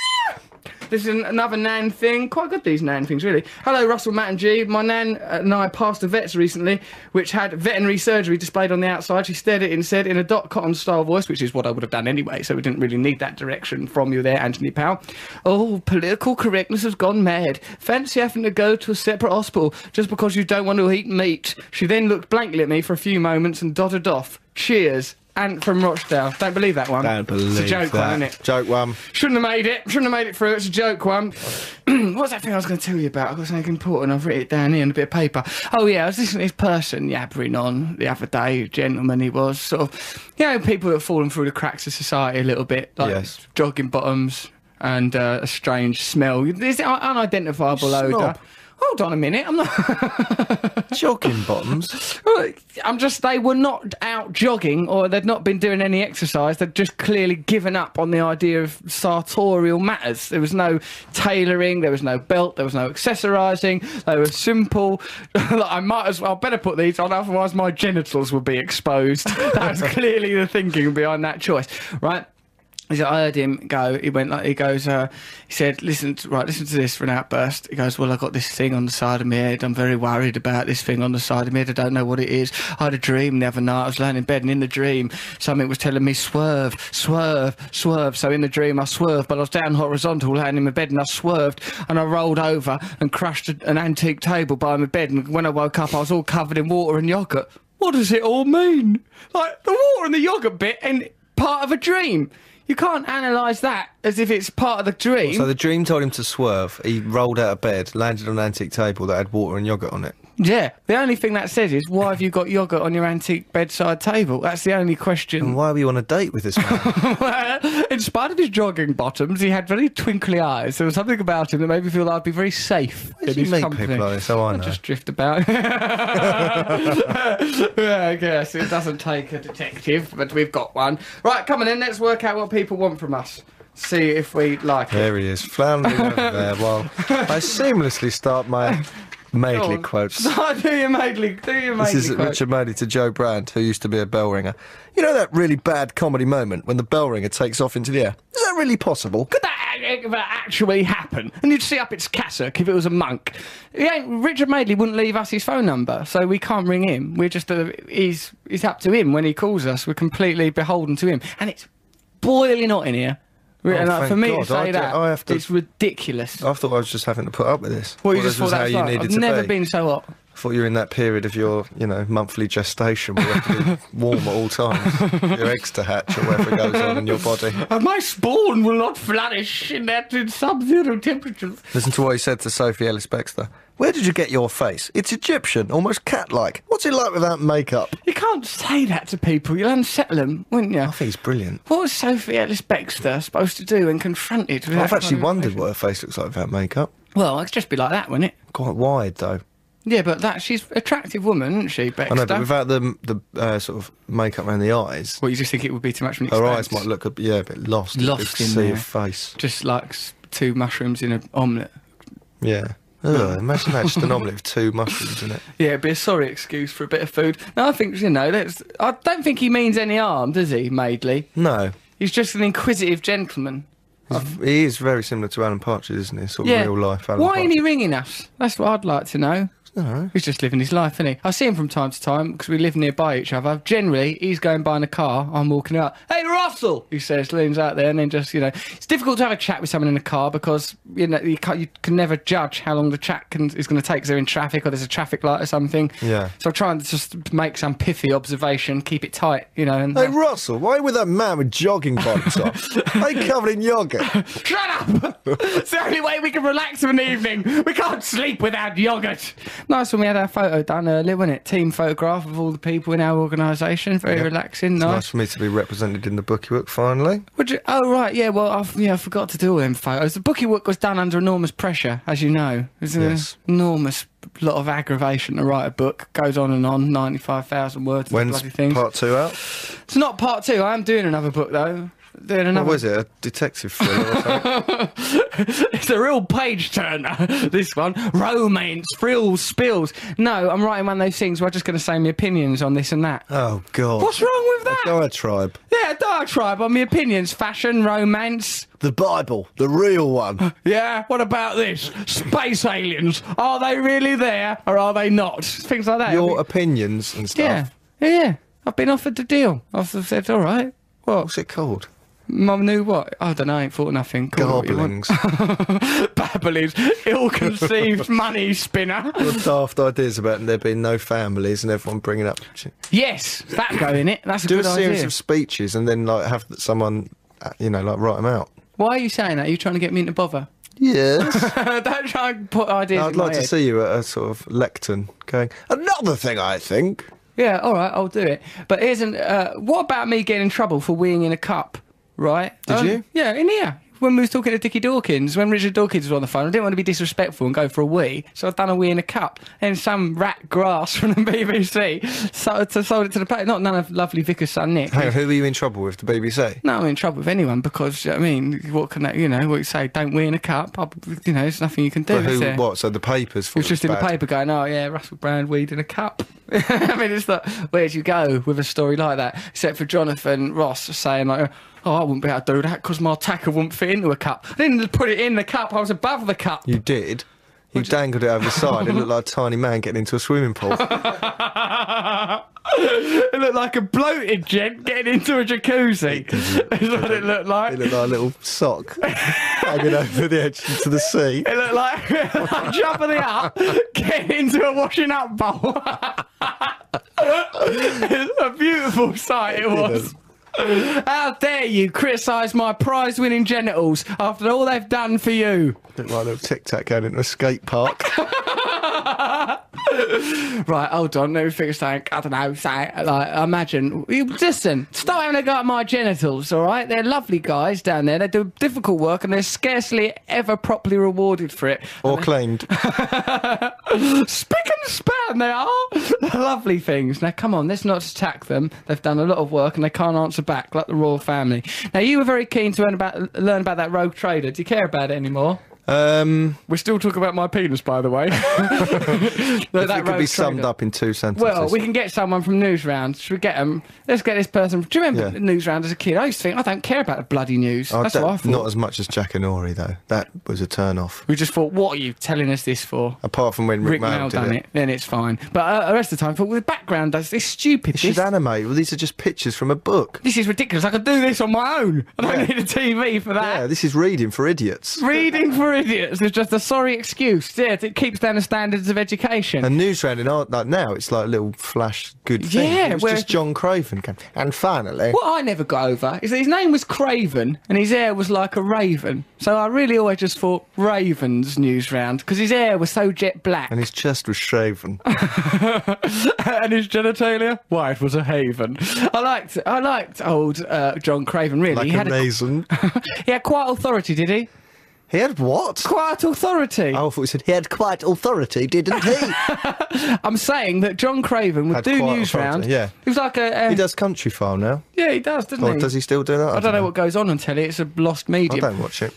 Speaker 2: This is an- another Nan thing. Quite good, these Nan things, really. Hello, Russell, Matt, and G. My Nan uh, and I passed the vets recently, which had veterinary surgery displayed on the outside. She stared at it and said in a dot cotton style voice, which is what I would have done anyway, so we didn't really need that direction from you there, Anthony Powell. Oh, political correctness has gone mad. Fancy having to go to a separate hospital just because you don't want to eat meat. She then looked blankly at me for a few moments and dotted off. Cheers. Ant from Rochdale. Don't believe that one.
Speaker 3: Don't believe
Speaker 2: It's a joke
Speaker 3: that.
Speaker 2: one, isn't it?
Speaker 3: Joke one.
Speaker 2: Shouldn't have made it. Shouldn't have made it through. It's a joke one. what was that thing I was going to tell you about? I've got something important. I've written it down here on a bit of paper. Oh, yeah, I was listening to this person yabbering on the other day. A gentleman he was. Sort of, you know, people that have fallen through the cracks of society a little bit. Like
Speaker 3: Yes.
Speaker 2: jogging bottoms and uh, a strange smell. There's an unidentifiable
Speaker 3: Snob.
Speaker 2: odour. Hold on a minute. I'm not.
Speaker 3: Jogging bottoms.
Speaker 2: I'm just. They were not out jogging, or they'd not been doing any exercise. They'd just clearly given up on the idea of sartorial matters. There was no tailoring. There was no belt. There was no accessorising. They were simple. Like, I might as well. I better put these on, otherwise my genitals will be exposed. That's clearly the thinking behind that choice, right? He said, I heard him go. He went like he goes. Uh, he said, "Listen, to, right, listen to this for an outburst." He goes, "Well, I got this thing on the side of my head. I'm very worried about this thing on the side of my head. I don't know what it is. I had a dream the other night. I was laying in bed, and in the dream, something was telling me swerve, swerve, swerve. So in the dream, I swerved, but I was down horizontal, laying in my bed, and I swerved, and I rolled over and crushed a- an antique table by my bed. And when I woke up, I was all covered in water and yogurt. What does it all mean? Like the water and the yogurt bit, and part of a dream. You can't analyse that as if it's part of the dream.
Speaker 3: So the dream told him to swerve. He rolled out of bed, landed on an antique table that had water and yogurt on it.
Speaker 2: yeah, the only thing that says is, why have you got yogurt on your antique bedside table? That's the only
Speaker 3: And
Speaker 2: question.
Speaker 3: why were you on a date with this man?
Speaker 2: In spite of his jogging bottoms, he had very twinkly eyes. There was something about him that made me feel I'd be very safe in
Speaker 3: Did you
Speaker 2: his
Speaker 3: meet
Speaker 2: company.
Speaker 3: people like this? Oh, I know.
Speaker 2: Just drift about. yeah, I guess it doesn't take a detective, but we've got one. Right, come on in. Let's work out what people want from us. See if we like it.
Speaker 3: There he is, floundering over there while I seamlessly start my Madeley quotes.
Speaker 2: do your Madeley. Do your Madeley.
Speaker 3: This is
Speaker 2: quote.
Speaker 3: Richard Madeley to Joe Brand, who used to be a bell ringer. You know that really bad comedy moment when the bell ringer takes off into the air? Is that really possible?
Speaker 2: Could that a- a- actually happen? And you'd see up its cassock if it was a monk. He ain't- Richard Madeley wouldn't leave us his phone number, so we can't ring him. We're just uh he's it's up to him when he calls us. We're completely beholden to him, and it's boiling hot in here. Re-
Speaker 3: Oh,
Speaker 2: and, uh,
Speaker 3: thank
Speaker 2: for me to
Speaker 3: God.
Speaker 2: say
Speaker 3: I do-
Speaker 2: that,
Speaker 3: I have to-
Speaker 2: it's ridiculous.
Speaker 3: I thought I was just having to put up with this.
Speaker 2: Well, you
Speaker 3: Thought
Speaker 2: just
Speaker 3: this
Speaker 2: thought
Speaker 3: was how
Speaker 2: that's
Speaker 3: you
Speaker 2: right.
Speaker 3: needed
Speaker 2: I've
Speaker 3: to
Speaker 2: never
Speaker 3: be.
Speaker 2: been so hot.
Speaker 3: I thought you were in that period of your, you know, monthly gestation where you have to be warm at all times, your eggs to hatch or whatever goes on in your body.
Speaker 2: And my spawn will not flourish in that in sub-zero temperatures.
Speaker 3: Listen to what he said to Sophie Ellis Bextor. Where did you get your face? It's Egyptian, almost cat-like. What's it like without makeup?
Speaker 2: You can't say that to people. You'll unsettle them, wouldn't you?
Speaker 3: I think he's brilliant.
Speaker 2: What was Sophie Ellis Bextor supposed to do when confronted with that
Speaker 3: I've actually
Speaker 2: kind of-
Speaker 3: wondered what her face looks like without makeup.
Speaker 2: Well, it'd just be like that, wouldn't it?
Speaker 3: Quite wide though.
Speaker 2: Yeah, but that she's attractive woman, isn't she, Bextor?
Speaker 3: I know, but without the the uh, sort of makeup around the eyes,
Speaker 2: Well, you just think it would be too much of an
Speaker 3: her
Speaker 2: expense.
Speaker 3: eyes might look a bit, yeah, a bit lost. You
Speaker 2: Lost
Speaker 3: could
Speaker 2: in
Speaker 3: see
Speaker 2: there.
Speaker 3: her face.
Speaker 2: Just like s- two mushrooms in an omelette.
Speaker 3: Yeah. Ugh, imagine that just an omelette with two mushrooms in it.
Speaker 2: Yeah, it'd be a sorry excuse for a bit of food. No, I think, you know, that's. I don't think he means any harm, does he, Madeley?
Speaker 3: No,
Speaker 2: He's just an inquisitive gentleman.
Speaker 3: He's- he is very similar to Alan Partridge, isn't he? Sort of
Speaker 2: Yeah.
Speaker 3: real life Alan
Speaker 2: Why ain't he
Speaker 3: Partridge.
Speaker 2: ringing us? That's what I'd like to know.
Speaker 3: No.
Speaker 2: He's just living his life, isn't he? I see him from time to time because we live nearby each other. Generally, he's going by in a car. I'm walking out. Hey, Russell, he says, leans out there, and then just you know, it's difficult to have a chat with someone in a car because you know you, can't, you can never judge how long the chat can, is going to take because they're in traffic or there's a traffic light or something.
Speaker 3: Yeah.
Speaker 2: So I try and just make some pithy observation, keep it tight, you know. And
Speaker 6: Hey, Russell, why with that man with jogging bottoms on? they covered in yogurt.
Speaker 2: Shut up! it's the only way we can relax of an evening. We can't sleep without yogurt. Nice when we had our photo done earlier, wasn't it? Team photograph of all the people in our organisation. Very relaxing,
Speaker 3: Nice.
Speaker 2: nice.
Speaker 3: for me to be represented in the bookie book finally.
Speaker 2: Would you, oh, right, yeah, well, I've, yeah, I forgot to do all them photos. The bookie work was done under enormous pressure, as you know. There's an
Speaker 3: Yes.
Speaker 2: enormous lot of aggravation to write a book. Goes on and on, 95,000 words of
Speaker 3: When's
Speaker 2: bloody things.
Speaker 3: part two out?
Speaker 2: it's not part two. I am doing another book, though. Doing another
Speaker 3: What was Oh, it? A detective thriller or something?
Speaker 2: it's a real page turner, this one. Romance, frills, spills. No, I'm writing one of those things where I'm just going to say my opinions on this and that.
Speaker 3: oh, God.
Speaker 2: What's wrong with that?
Speaker 3: Diatribe.
Speaker 2: Yeah, a diatribe on my opinions, fashion, romance.
Speaker 6: The Bible, the real
Speaker 2: Uh,
Speaker 6: one.
Speaker 2: Yeah, what about this? Space aliens. Are they really there or are they not? Things like that.
Speaker 3: Your opinions and stuff.
Speaker 2: yeah, yeah. I've been offered the deal. I've said, all right. What?
Speaker 3: What's it called?
Speaker 2: Mum knew what? I don't know, ain't thought nothing. Call it what you want.
Speaker 3: Garblings.
Speaker 2: Babblings. Ill-conceived money spinner.
Speaker 3: daft ideas about there being no families and everyone bringing up.
Speaker 2: Yes, that go in it. That's a
Speaker 3: Do a
Speaker 2: good
Speaker 3: series
Speaker 2: idea.
Speaker 3: of speeches and then like have someone, uh, you know, like write them out.
Speaker 2: Why are you saying that? Are you trying to get me into bother?
Speaker 3: Yes.
Speaker 2: Don't try and put ideas.
Speaker 3: I'd
Speaker 2: in my
Speaker 3: like to
Speaker 2: head.
Speaker 3: see you at a sort of lectern going, another thing I think.
Speaker 2: Yeah, all right, I'll do it. But here's an. Uh, what about me getting in trouble for weeing in a cup? Right? Did
Speaker 3: you?
Speaker 2: Yeah, in here. When we was talking to Dickie Dawkins, when Richard Dawkins was on the phone, I didn't want to be disrespectful and go for a wee, so I've done a wee in a cup. And some rat grass from the BBC sold, to, sold it to the plate. Not none of lovely Vicar's son Nick.
Speaker 3: Hang on, who were you in trouble with? The BBC?
Speaker 2: No, I'm in trouble with anyone because you know what I mean, what can that, you know? What you say? Don't win a cup. I, you know, there's nothing you can do.
Speaker 3: But
Speaker 2: is
Speaker 3: who,
Speaker 2: there?
Speaker 3: what? So the papers
Speaker 2: It
Speaker 3: for
Speaker 2: was just in the paper going, oh yeah, Russell Brand weed in a cup. I mean, it's like, where'd you go with a story like that? Except for Jonathan Ross saying like, oh, I wouldn't be able to do that because my tackle wouldn't fit into a cup. I didn't put it in the cup. I was above the cup.
Speaker 3: You did. You dangled it over the side. It looked like a tiny man getting into a swimming pool.
Speaker 2: it looked like a bloated gent getting into a jacuzzi. That's what it looked like.
Speaker 3: It looked like a little sock hanging over the edge into the sea.
Speaker 2: It looked like, like jumping it up, getting into a washing up bowl. it's a beautiful sight it was. How dare you criticise my prize winning genitals after all they've done for you?
Speaker 3: Looked like a little tic tac going into a skate park.
Speaker 2: Right, hold on, let me think of something. I don't know, say, like, imagine. You, listen, start having a go at my genitals, alright? They're lovely guys down there. They do difficult work and they're scarcely ever properly rewarded for it.
Speaker 3: or claimed.
Speaker 2: Spick and span, they are. They're lovely things. Now, come on, let's not attack them. They've done a lot of work and they can't answer back, like the royal family. Now, you were very keen to learn about, learn about that rogue trader. Do you care about it anymore?
Speaker 3: Um,
Speaker 2: We're still talking about my penis, by the way.
Speaker 3: if it could be summed up in two sentences.
Speaker 2: Well, we can get someone from Newsround. Should we get them? Let's get this person. Do you remember
Speaker 3: Yeah.
Speaker 2: Newsround as a kid? I used to think, I don't care about the bloody news.
Speaker 3: I
Speaker 2: That's what I
Speaker 3: don't-
Speaker 2: thought.
Speaker 3: Not as much as Jackanory though. That was a turn off.
Speaker 2: we just thought, what are you telling us this for?
Speaker 3: Apart from when
Speaker 2: Rick
Speaker 3: Rick,
Speaker 2: Mail
Speaker 3: did
Speaker 2: done it. then it's fine. But uh, the rest of the time, I thought, well, the background does this stupid.
Speaker 3: It should
Speaker 2: this-
Speaker 3: animate. Well, these are just pictures from a book.
Speaker 2: this is ridiculous. I could do this on my own. I don't
Speaker 3: Yeah.
Speaker 2: need a TV for
Speaker 3: Yeah,
Speaker 2: that.
Speaker 3: this is reading for idiots.
Speaker 2: Reading for idiots is just a sorry excuse. Yeah, it keeps down the standards of education.
Speaker 3: And newsround in art like now, it's like a little flash good thing.
Speaker 2: Yeah,
Speaker 3: it was
Speaker 2: where-
Speaker 3: just John Craven. Came. And finally,
Speaker 2: what I never got over is that his name was Craven and his hair was like a raven. So I really always just thought Ravens news round because his hair was so jet black
Speaker 3: and his chest was shaven.
Speaker 2: Oh, and his genitalia white was a haven. I liked I liked old uh, John Craven really.
Speaker 3: like
Speaker 2: he,
Speaker 3: a
Speaker 2: had a,
Speaker 3: mason.
Speaker 2: he had quite authority, did he?
Speaker 3: he had what?
Speaker 2: Quite authority.
Speaker 3: Oh, I thought we said
Speaker 4: He had quite authority, didn't he?
Speaker 2: I'm saying that John Craven would
Speaker 3: Had
Speaker 2: do
Speaker 3: quite
Speaker 2: news round.
Speaker 3: authority, yeah.
Speaker 2: he was like a. Uh,
Speaker 3: he does country file now.
Speaker 2: Yeah, he does, doesn't
Speaker 3: Or
Speaker 2: he?
Speaker 3: does he still do that?
Speaker 2: I don't know what goes on on telly. It's a lost
Speaker 3: I
Speaker 2: medium.
Speaker 3: don't watch it.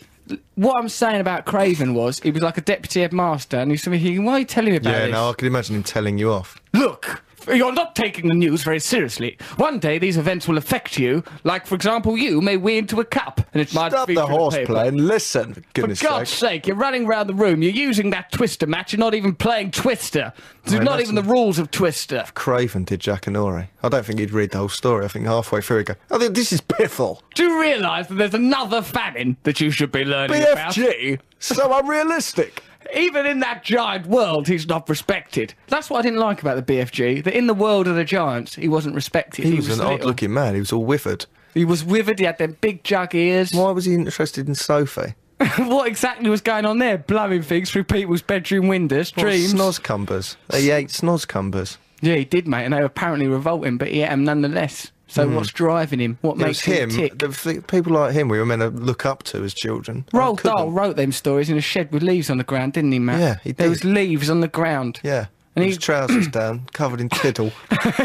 Speaker 2: What I'm saying about Craven was he was like a deputy headmaster, and he's thinking, "Why are you telling me about
Speaker 3: Yeah,
Speaker 2: this?
Speaker 3: no, I can imagine him telling you off.
Speaker 2: Look, You're not taking the news very seriously. One day these events will affect you. Like, for example, you may wee into a cup and it might
Speaker 3: Stop
Speaker 2: feature
Speaker 3: the
Speaker 2: in paper.
Speaker 3: horseplay and listen. For
Speaker 2: For
Speaker 3: goodness
Speaker 2: God's
Speaker 3: sake.
Speaker 2: sake, you're running around the room. You're using that Twister match. You're not even playing Twister. There's
Speaker 3: Well,
Speaker 2: not
Speaker 3: that's
Speaker 2: even the rules of Twister.
Speaker 3: Craven did Jackanory. I don't think he'd read the whole story. I think halfway through he'd go, oh, th- this is piffle.
Speaker 2: Do you realise that there's another famine that you should be learning about?
Speaker 3: BFG? So unrealistic.
Speaker 2: Even in that giant world, he's not respected. That's what I didn't like about the BFG. That in the world of the giants, he wasn't respected.
Speaker 3: He was an
Speaker 2: little.
Speaker 3: odd-looking man. He was all withered.
Speaker 2: He was withered. He had them big jug ears.
Speaker 3: Why was he interested in Sophie?
Speaker 2: what exactly was going on there? Blowing things through people's bedroom windows,
Speaker 3: What,
Speaker 2: dreams.
Speaker 3: Snozcumbers. He ate snozcumbers.
Speaker 2: Yeah, he did, mate, and they were apparently revolting, but he ate them nonetheless. So what's driving him? What
Speaker 3: Hmm. It was
Speaker 2: makes
Speaker 3: him.
Speaker 2: him tick?
Speaker 3: The f- people like him we were meant to look up to as children. I
Speaker 2: Roald
Speaker 3: couldn't.
Speaker 2: Dahl wrote them stories in a shed with leaves on the ground, didn't he, Matt?
Speaker 3: Yeah, he
Speaker 2: There
Speaker 3: did.
Speaker 2: was leaves on the ground.
Speaker 3: Yeah.
Speaker 2: And
Speaker 3: And
Speaker 2: he-
Speaker 3: his trousers down, covered in tiddle.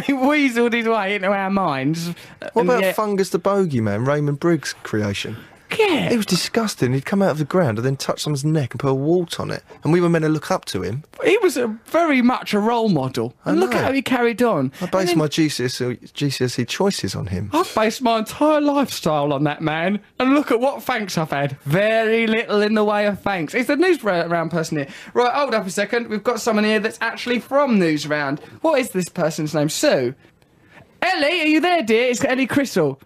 Speaker 2: he weaseled his way into our minds.
Speaker 3: What
Speaker 2: and
Speaker 3: about
Speaker 2: yet-
Speaker 3: Fungus the Bogeyman, Raymond Briggs' creation?
Speaker 2: Yeah.
Speaker 3: It was disgusting. He'd come out of the ground and then touch someone's neck and put a wart on it. And we were meant to look up to him.
Speaker 2: he was a very much a role model. And look
Speaker 3: know.
Speaker 2: at how he carried on.
Speaker 3: I
Speaker 2: And
Speaker 3: based
Speaker 2: then Oh,
Speaker 3: my GCSE, GCSE E choices on him.
Speaker 2: I've based my entire lifestyle on that man, and look at what thanks I've had. Very little in the way of thanks. It's the news ra- round person here. Right, hold up a second. We've got someone here that's actually from news round. What is this person's name? Sue. Ellie, are you there, dear? It's Ellie Crystal.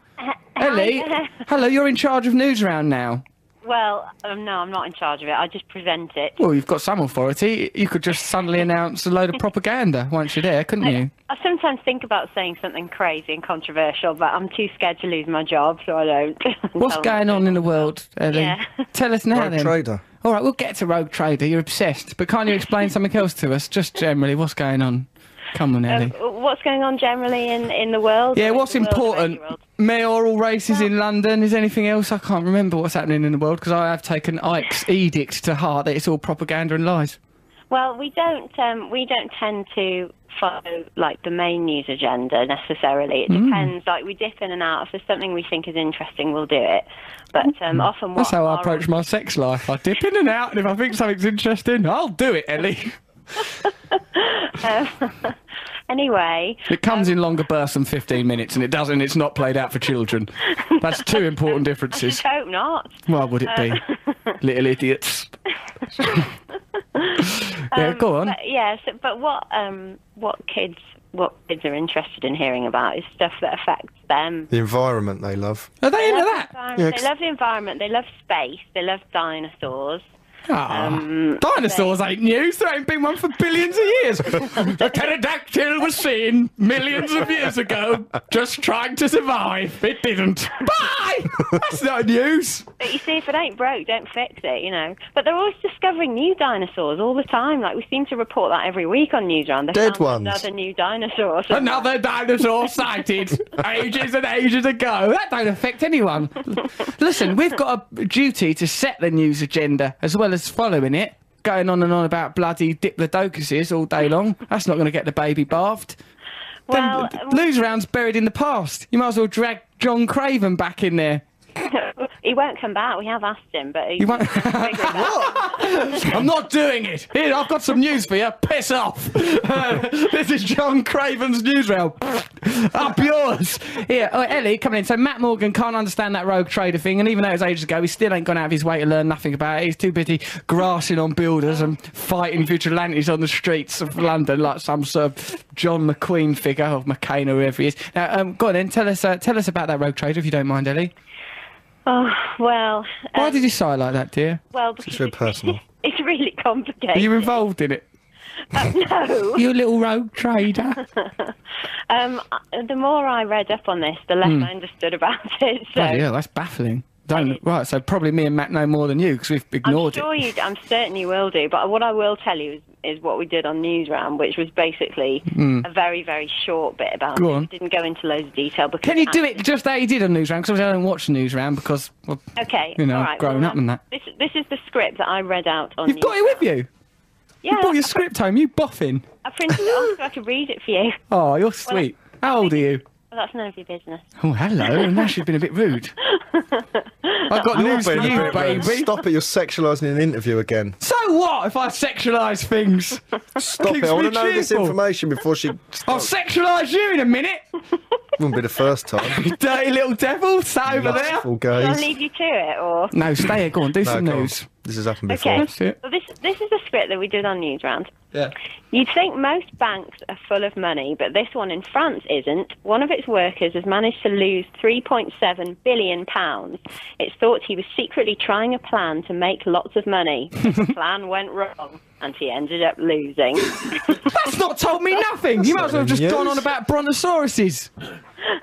Speaker 2: Ellie, hello. You're in charge of news round now.
Speaker 9: Well, um, no, I'm not in charge of it. I just present it.
Speaker 2: Well, you've got some authority. You could just suddenly announce a load of propaganda once you're there, couldn't you?
Speaker 9: I sometimes think about saying something crazy and controversial, but I'm too scared to lose my job, so I don't.
Speaker 2: What's
Speaker 9: Tell them.
Speaker 2: going on in the world, Ellie?
Speaker 9: Yeah.
Speaker 2: Tell us now
Speaker 3: Rogue
Speaker 2: then.
Speaker 3: trader.
Speaker 2: All right, we'll get to Rogue Trader. You're obsessed, but can't you explain something else to us? Just generally, what's going on? Come on, Ellie.
Speaker 9: Um, what's going on generally in, in the world?
Speaker 2: yeah,
Speaker 9: Or in
Speaker 2: what's
Speaker 9: the world of
Speaker 2: important?
Speaker 9: any world?
Speaker 2: Mayoral races in London. Is anything else? I can't remember what's happening in the world because I have taken Ike's edict to heart that it's all propaganda and lies.
Speaker 9: Well, we don't um, we don't tend to follow like the main news agenda necessarily. It
Speaker 2: Hmm.
Speaker 9: depends. Like we dip in and out. If there's something we think is interesting, we'll do it. But um, often what
Speaker 2: Hmm. That's how I
Speaker 9: our-
Speaker 2: approach my sex life. I dip in and out, and if I think something's interesting, I'll do it, Ellie.
Speaker 9: anyway.
Speaker 2: It comes in longer bursts than 15 minutes, and it doesn't. It's not played out for children. That's two important
Speaker 9: I just
Speaker 2: differences.
Speaker 9: hope not.
Speaker 2: Why would it be? Little idiots. yeah, go on.
Speaker 9: Um, But yes, but what um, what kids what kids are interested in hearing about is stuff that affects them.
Speaker 3: The environment they love.
Speaker 2: Are they into that?
Speaker 9: Environment-
Speaker 3: Yeah,
Speaker 9: they
Speaker 3: ex-
Speaker 9: love the environment. They love space. They love dinosaurs.
Speaker 2: Ah,
Speaker 9: Um,
Speaker 2: dinosaurs ain't news. There ain't been one for billions of years. the pterodactyl was seen millions of years ago, just trying to survive. It didn't. Bye. That's no news.
Speaker 9: But you see, if it ain't broke, don't fix it. You know. But they're always discovering new dinosaurs all the time. Like we seem to report that every week on Newsround. They
Speaker 3: Dead
Speaker 9: found
Speaker 3: ones.
Speaker 9: Another new dinosaur.
Speaker 2: Another dinosaur sighted ages and ages ago. That don't affect anyone. L- Listen, we've got a duty to set the news agenda as well as following it. Going on and on about bloody diplodocuses all day long. That's not going to get the baby bathed.
Speaker 9: Well,
Speaker 2: then, lose rounds buried in the past. You might as well drag John Craven back in there.
Speaker 9: he won't come back. We have asked him, but he,
Speaker 2: You won't-
Speaker 9: he's figured it out.
Speaker 2: I'm not doing it. Here, I've got some news for you. Piss off. this is John Craven's news round. Up yours. Here, oh, Ellie, coming in. So Matt Morgan can't understand that rogue trader thing, and even though it was ages ago, he still ain't gone out of his way to learn nothing about it. He's too busy grassing on builders and fighting vigilantes on the streets of London like some sort of John McQueen figure of McCain or whoever he is. Now, um, go on then. Tell us, uh, tell us about that rogue trader, if you don't mind, Ellie.
Speaker 9: Oh well.
Speaker 2: Why
Speaker 9: um,
Speaker 2: did you sigh like that, dear?
Speaker 9: Well, because
Speaker 3: very personal.
Speaker 9: It's really complicated.
Speaker 2: Are you involved in it?
Speaker 9: no.
Speaker 2: You little rogue trader.
Speaker 9: Um, I- the more I read up on this, the less I understood about it.
Speaker 2: Hmm.
Speaker 9: So
Speaker 2: Bloody hell, that's baffling. Don't right. So probably me and Matt know more than you because we've
Speaker 9: I'm
Speaker 2: ignored
Speaker 9: sure
Speaker 2: it.
Speaker 9: you, I'm certain you will do. But what I will tell you is, is what we did on Newsround, which was basically a very, very short bit about
Speaker 2: Hmm. Go
Speaker 9: it.
Speaker 2: on.
Speaker 9: We didn't go into loads of detail because
Speaker 2: Can you do
Speaker 9: I-
Speaker 2: it just how you did on Newsround? Because I don't watch Newsround because well,
Speaker 9: Okay,
Speaker 2: you know,
Speaker 9: all
Speaker 2: I've
Speaker 9: right,
Speaker 2: grown
Speaker 9: well,
Speaker 2: up and that.
Speaker 9: This, this is the script that I read out on.
Speaker 2: You've got it with you.
Speaker 9: Yeah,
Speaker 2: you brought
Speaker 9: I,
Speaker 2: your script home. You boffin.
Speaker 9: I printed it off so I could read it for you.
Speaker 2: Oh, you're sweet. How old are you?
Speaker 9: I Well, that's none of your business.
Speaker 2: Oh, hello. And now she's been a bit rude. I've got news for you, baby.
Speaker 3: Stop it, you're sexualising an interview again.
Speaker 2: So what if I sexualise things?
Speaker 3: Stop it,
Speaker 2: Keeps
Speaker 3: I want
Speaker 2: me
Speaker 3: to know this
Speaker 2: cheerful.
Speaker 3: information before she...
Speaker 2: I'll sexualise you in a minute.
Speaker 3: Wouldn't be the first time.
Speaker 2: You dirty little devil. Sat over there.
Speaker 3: Lustful
Speaker 9: Shall
Speaker 3: gaze.
Speaker 9: I leave you to it, or
Speaker 2: No, stay here. Go on, do
Speaker 3: No,
Speaker 2: some
Speaker 3: go on.
Speaker 2: news.
Speaker 3: This has happened before.
Speaker 9: okay?
Speaker 2: That's it.
Speaker 9: Well, this this is a script that we did on Newsround.
Speaker 2: Yeah.
Speaker 9: You'd think most banks are full of money, but this one in France isn't. One of its workers has managed to lose 3.7 billion pounds. It's thought he was secretly trying a plan to make lots of money. the plan went wrong, and he ended up losing.
Speaker 2: That's not told me nothing. you might as well have just
Speaker 3: news.
Speaker 2: gone on about brontosauruses.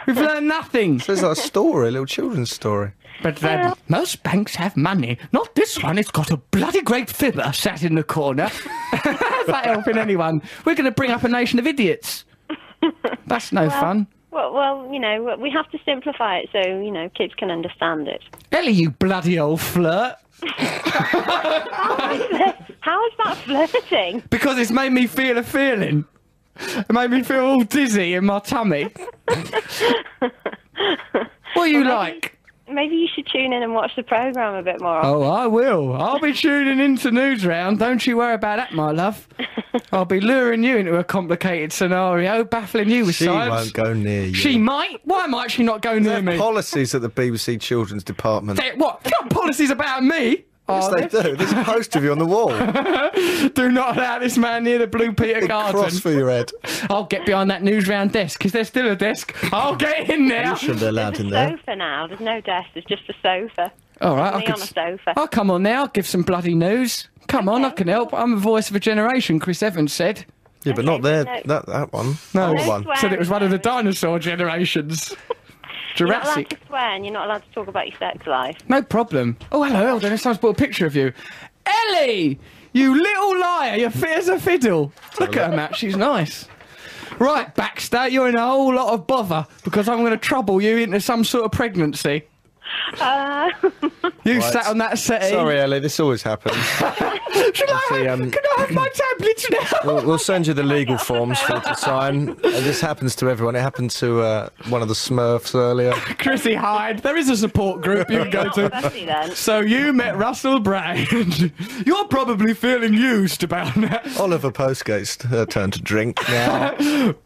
Speaker 2: We've learned nothing.
Speaker 3: There's like a story, a little children's story.
Speaker 2: But then most banks have money. Not this one. It's got a bloody great fibber sat in the corner. How's that helping anyone? We're going to bring up a nation of idiots. That's no fun.
Speaker 9: well, well, you know, we have to simplify it so you know kids can understand it.
Speaker 2: Ellie, you bloody old flirt.
Speaker 9: How is that flirting?
Speaker 2: Because it's made me feel a feeling. It made me feel all dizzy in my tummy. what do you like?
Speaker 9: Maybe you should tune in and watch the program a bit more. often.
Speaker 2: Oh, I will. I'll be tuning into News Round. Don't you worry about that, my love. I'll be luring you into a complicated scenario, baffling you with
Speaker 3: She
Speaker 2: science.
Speaker 3: won't go near you.
Speaker 2: She might. Why might she not go near me?
Speaker 3: policies at the BBC Children's Department.
Speaker 2: They- what? What policies about me?
Speaker 3: Yes,
Speaker 2: Are
Speaker 3: they do. There's a post of you on the wall. Big
Speaker 2: there? do not allow this man near the Blue Peter
Speaker 3: cross
Speaker 2: Garden.
Speaker 3: for your head.
Speaker 2: I'll get behind that news round desk. Is there still a desk? I'll get in there.
Speaker 3: Shouldn't be allowed in there.
Speaker 9: sofa now. There's no desk. There's just a sofa.
Speaker 2: All right, I
Speaker 9: Me
Speaker 2: could,
Speaker 9: on a sofa.
Speaker 2: I'll come on now. I'll give some bloody news. Come on, I
Speaker 9: Okay.
Speaker 2: can help. I'm the voice of a generation. Chris Evans said.
Speaker 3: Yeah, but not there.
Speaker 9: no.
Speaker 3: That that one.
Speaker 2: No.
Speaker 3: Old
Speaker 2: No
Speaker 3: one.
Speaker 9: swear.
Speaker 2: Said it was one of the dinosaur generations.
Speaker 9: You're not allowed
Speaker 2: Jurassic.
Speaker 9: to swear, and you're not allowed to talk about your sex life.
Speaker 2: No problem. Oh, hello, Eldon. This time's brought a picture of you. Ellie! You little liar. You're fit as a fiddle. Look at her, Matt. She's nice. Right, Baxter, you're in a whole lot of bother because I'm going to trouble you into some sort of pregnancy.
Speaker 9: Uh,
Speaker 2: You
Speaker 3: Right.
Speaker 2: sat on that settee.
Speaker 3: Sorry, Ellie. This always happens.
Speaker 2: Shall I
Speaker 3: See,
Speaker 2: have,
Speaker 3: um,
Speaker 2: can I have my tablets now?
Speaker 3: We'll, we'll send you the legal forms for you to sign. And this happens to everyone. It happened to uh, one of the Smurfs earlier.
Speaker 2: Chrissy Hyde. There is a support group you can go
Speaker 9: Uh, not
Speaker 2: to.
Speaker 9: fussy then.
Speaker 2: So you met Russell Brand. You're probably feeling used about that.
Speaker 3: Oliver Postgate's uh, turn to drink now.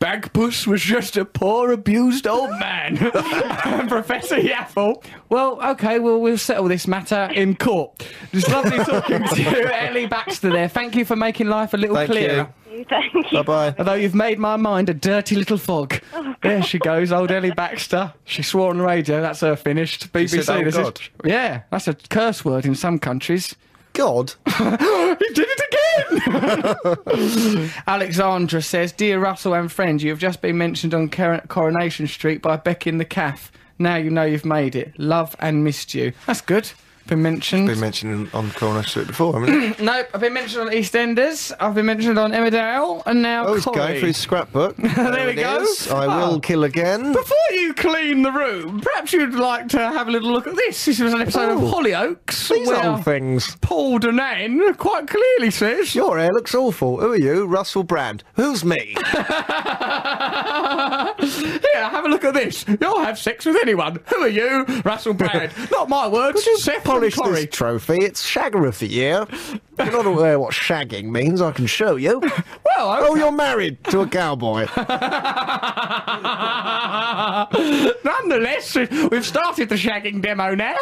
Speaker 2: Bagpuss was just a poor, abused old man. Professor Yaffle. Well, okay, well, we'll settle this matter in court. It's lovely talking to you, Ellie Baxter there. Thank you for making life a little
Speaker 3: Thank
Speaker 2: clearer.
Speaker 3: you.
Speaker 9: Thank you.
Speaker 3: Bye bye.
Speaker 2: Although you've made my mind a dirty little fog.
Speaker 3: Oh.
Speaker 2: there she goes, old Ellie Baxter. She swore on the radio, that's her finished. BBC,
Speaker 3: said, "Oh,
Speaker 2: this is-
Speaker 3: God."
Speaker 2: Yeah, that's a curse word in some countries.
Speaker 3: God.
Speaker 2: He did it again! Alexandra says, Dear Russell and friends, you have just been mentioned on Car- Coronation Street by Beck in the Calf. Now you know you've made it. Love and missed you. That's good. Been mentioned.
Speaker 3: Been mentioned on Coronation Street before. haven't it?
Speaker 2: nope, I've been mentioned on EastEnders. I've been mentioned on Emmerdale. And now
Speaker 3: Oh, he's
Speaker 2: Corrie.
Speaker 3: going for his scrapbook. there Ah.
Speaker 2: we
Speaker 3: it
Speaker 2: go.
Speaker 3: is. I
Speaker 2: Oh.
Speaker 3: will kill again.
Speaker 2: Before you clean the room, perhaps you'd like to have a little look at this. This was an episode
Speaker 3: Oh,
Speaker 2: of Hollyoaks
Speaker 3: These
Speaker 2: where
Speaker 3: old things.
Speaker 2: Paul Denane quite clearly says,
Speaker 3: Your hair looks awful. Who are you? Russell Brand. Who's me?
Speaker 2: Here, have a look at this. You'll have sex with anyone. Who are you? Russell Brand. Not my words. Seth
Speaker 3: Polish
Speaker 2: and
Speaker 3: this
Speaker 2: Corrie.
Speaker 3: trophy. It's Shagger of the Year. You're not aware what shagging means. I can show you.
Speaker 2: Well, I-
Speaker 3: Oh, you're married to a cowboy.
Speaker 2: Nonetheless, we've started the shagging demo now,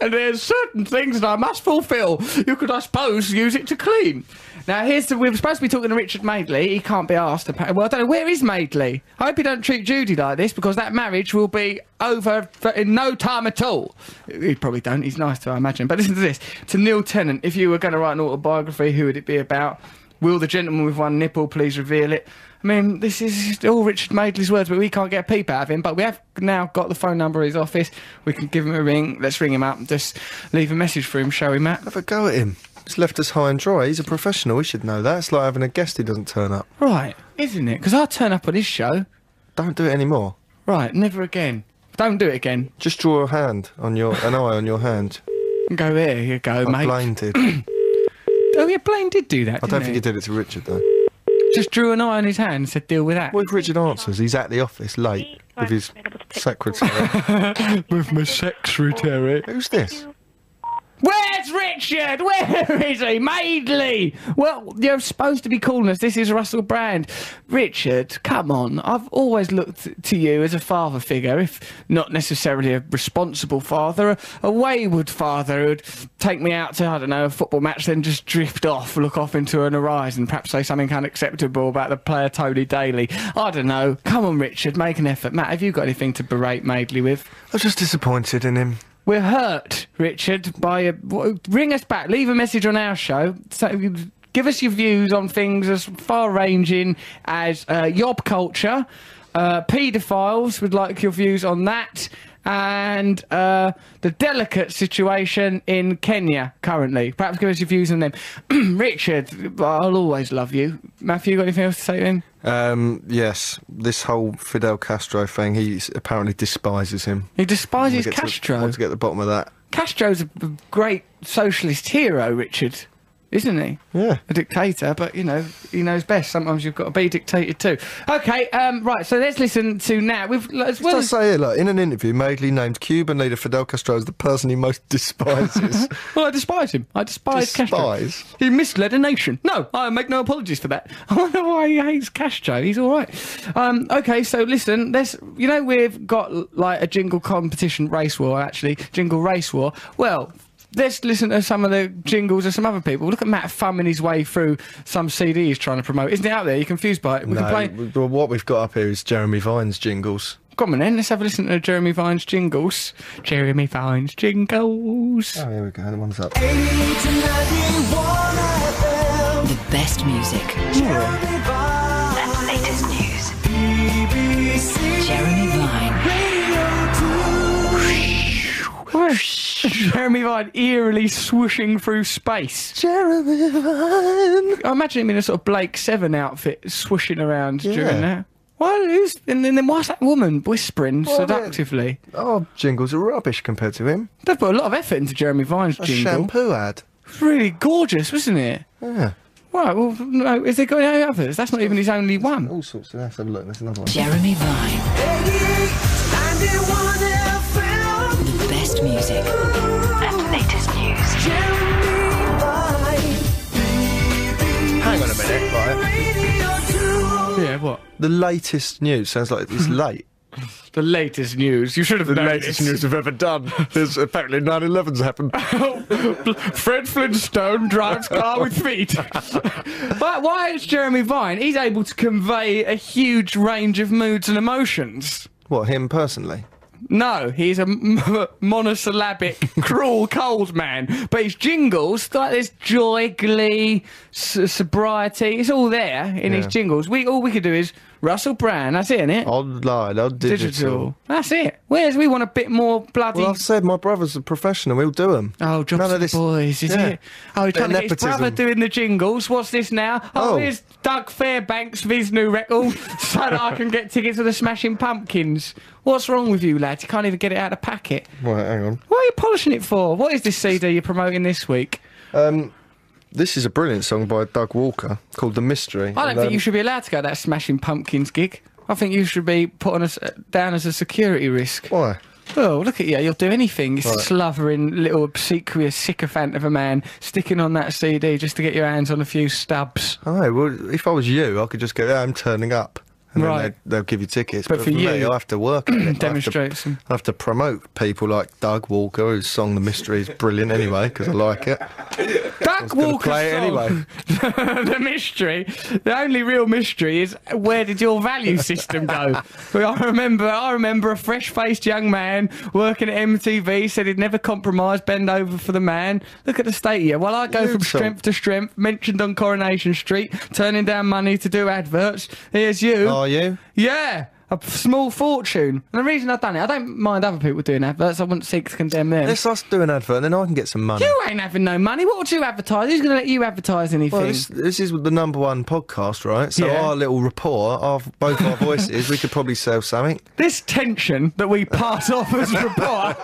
Speaker 2: and there's certain things that I must fulfil. You could, I suppose, use it to clean. Now, here's the. We're supposed to be talking to Richard Madeley. He can't be asked. Apparently. Well, I don't know. Where is Madeley? I hope you don't treat Judy like this because that marriage will be over for, in no time at all. He probably don't. He's nice to, her, I imagine. But listen to this. To Neil Tennant, if you were going to write an autobiography, who would it be about? Will the gentleman with one nipple please reveal it? I mean, this is all Richard Madeley's words, but we can't get a peep out of him. But we have now got the phone number of his office. We can give him a ring. Let's ring him up and just leave a message for him, shall we, Matt?
Speaker 3: Have a go at him. He's left us high and dry. He's a professional. We should know that. It's like having a guest who doesn't turn up.
Speaker 2: Right, isn't it? Because I turn up on his show.
Speaker 3: Don't do it anymore.
Speaker 2: Right, never again. Don't do it again.
Speaker 3: Just draw a hand on your an eye on your hand.
Speaker 2: Go there, you go, mate.
Speaker 3: Like Blaine did. I
Speaker 2: Oh, yeah, Blaine did do that.
Speaker 3: don't
Speaker 2: didn't
Speaker 3: think
Speaker 2: he
Speaker 3: he did it to Richard though.
Speaker 2: Just drew an eye on his hand and said, deal with that.
Speaker 3: What if Richard answers? He's at the office late with his secretary.
Speaker 2: With my secretary.
Speaker 3: Who's this?
Speaker 2: Where's Richard? Where is he? Maidley! Well, you're supposed to be calling us. This is Russell Brand. Richard, come on. I've always looked to you as a father figure, if not necessarily a responsible father, a, a wayward father who'd take me out to, I don't know, a football match, then just drift off, look off into an horizon, perhaps say something unacceptable about the player Tony Daly. I don't know. Come on, Richard, make an effort. Matt, have you got anything to berate Maidley with?
Speaker 3: I was just disappointed in him.
Speaker 2: We're hurt, Richard. By a, w- ring us back, leave a message on our show. So, give us your views on things as far-ranging as uh, yob culture, uh, paedophiles. Would like your views on that, and uh, the delicate situation in Kenya currently. Perhaps give us your views on them. Richard, I'll always love you. Matthew, you got anything else to say then?
Speaker 3: Um, yes, this whole Fidel Castro thing, he s- apparently despises him.
Speaker 2: He
Speaker 3: I wanna
Speaker 2: despises
Speaker 3: get to the- I
Speaker 2: Castro.
Speaker 3: want to get to the bottom of that.
Speaker 2: Castro's a b- great socialist hero, Richard, isn't he?
Speaker 3: Yeah.
Speaker 2: A dictator, but you know, he knows best. Sometimes you've got to be dictated too. Okay, um, right, so let's listen to now. We've as well
Speaker 3: Well, I
Speaker 2: as,
Speaker 3: say it, like, in an interview, Madeley named Cuban leader Fidel Castro as the person he most despises.
Speaker 2: well, I despise him. I despise
Speaker 3: Despise?
Speaker 2: Castro. He misled a nation. No, I make no apologies for that. I wonder why he hates Castro. He's all right. Um, okay, so listen, let's. You know, we've got like a jingle competition race war. Actually, jingle race war. Well. Let's listen to some of the jingles of some other people. Look at Matt thumbing his way through some CD he's trying to promote. Isn't it out there? You're confused by it. We
Speaker 3: no,
Speaker 2: can play.
Speaker 3: w- well, what we've got up here is Jeremy Vine's jingles.
Speaker 2: Come on then, let's have a listen to Jeremy Vine's jingles. Jeremy Vine's jingles.
Speaker 3: Oh, here we go. The one's up.
Speaker 10: The best music. That's latest news. Jeremy Vine.
Speaker 2: Jeremy Vine eerily swooshing through space.
Speaker 3: Jeremy Vine.
Speaker 2: I imagine him in a sort of Blake Seven outfit swooshing around during
Speaker 3: Yeah.
Speaker 2: that. Why who's and then, then why's that woman whispering
Speaker 3: Well, they're-
Speaker 2: seductively?
Speaker 3: Oh, jingles are rubbish compared to him.
Speaker 2: They've put a lot of effort into Jeremy Vine's
Speaker 3: A
Speaker 2: jingle.
Speaker 3: shampoo ad.
Speaker 2: It's really gorgeous, wasn't it?
Speaker 3: Yeah.
Speaker 2: Right, well no, is there got any others? That's not even his only one.
Speaker 3: All sorts of. Let's have a look. There's another one.
Speaker 10: Jeremy Vine. The best music. That's latest news.
Speaker 3: Hang on a minute. Right.
Speaker 2: Yeah, what?
Speaker 3: The latest news sounds like it's late.
Speaker 2: The latest news. You should have the
Speaker 3: we've ever done. There's apparently 9/11's happened.
Speaker 2: Fred Flintstone drives car with feet. but why is Jeremy Vine? He's able to convey a huge range of moods and emotions.
Speaker 3: what him personally?
Speaker 2: No, he's a m- monosyllabic, cruel, cold man. But his jingles, like there's joy, glee, s- sobriety. It's all there in his
Speaker 3: Yeah.
Speaker 2: jingles. We all we could do is Russell Brand. That's it, innit?
Speaker 3: Online, on digital. digital.
Speaker 2: That's it. Whereas we want a bit more bloody.
Speaker 3: Well, I've said my brother's a professional. He'll do them.
Speaker 2: Oh, jobs for the boys, is
Speaker 3: yeah.
Speaker 2: it? Oh, he's
Speaker 3: Bit
Speaker 2: trying to
Speaker 3: of
Speaker 2: get his
Speaker 3: nepotism.
Speaker 2: brother doing the jingles. What's this now? Oh,
Speaker 3: Oh.
Speaker 2: here's Doug Fairbanks with his new record so that I can get tickets for the Smashing Pumpkins. What's wrong with you, lad? You can't even get it out of the packet.
Speaker 3: Right, hang on.
Speaker 2: What are you polishing it for? What is this CD you're promoting this week?
Speaker 3: This is a brilliant song by Doug Walker called "The Mystery."
Speaker 2: I don't
Speaker 3: And,
Speaker 2: think
Speaker 3: um,
Speaker 2: you should be allowed to go to that Smashing Pumpkins gig. I think you should be put on a s down as a security risk.
Speaker 3: um, Why?
Speaker 2: Oh, look at you. You'll do anything. You
Speaker 3: Right.
Speaker 2: slavering little obsequious sycophant of a man sticking on that CD just to get your hands on a few stubs.
Speaker 3: Oh, well, if I was you, I could just go. Yeah, I'm turning up. And
Speaker 2: Right.
Speaker 3: Then they'd- they'll give you tickets.
Speaker 2: But for
Speaker 3: me,
Speaker 2: you-
Speaker 3: I have to work. at it. I have to-
Speaker 2: Demonstrate some-
Speaker 3: I have to promote people like Doug Walker, whose song "The Mystery" is brilliant anyway because I like it.
Speaker 2: Duck
Speaker 3: gonna
Speaker 2: Walker's
Speaker 3: play it
Speaker 2: song. the mystery, the only real mystery is where did your value system go? Well, I remember, I remember a fresh-faced young man working at MTV said he'd never compromise, bend over for the man. Look at the state here. Well, I go from
Speaker 3: Luton.
Speaker 2: strength to strength, mentioned on Coronation Street, turning down money to do adverts. Here's you.
Speaker 3: Are you?
Speaker 2: Yeah. A p- small fortune. And the reason I've done it, I don't mind other people doing adverts. I wouldn't seek to condemn them.
Speaker 3: Let's us do an advert, and then I can get some money.
Speaker 2: You ain't having no money. What would you advertise? Who's going to let you advertise anything?
Speaker 3: Well, this, this is the number one podcast, right? So
Speaker 2: Yeah.
Speaker 3: our little rapport, our, both our voices, we could probably sell something.
Speaker 2: this tension that we pass off as rapport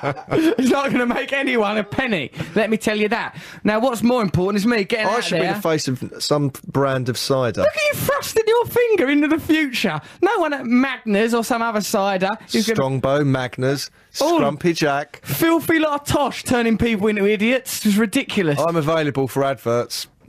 Speaker 2: is not going to make anyone a penny. Let me tell you that. Now, what's more important is me getting
Speaker 3: Oh, I
Speaker 2: out
Speaker 3: should
Speaker 2: there.
Speaker 3: be the face of some brand of cider.
Speaker 2: Look at you thrusting your finger into the future. No one at Magnum Magners or some other cider who's going to
Speaker 3: Strongbow, Magnus,
Speaker 2: Oh.
Speaker 3: Scrumpy Jack.
Speaker 2: filthy lot of tosh turning people into idiots. It's ridiculous.
Speaker 3: I'm available for adverts.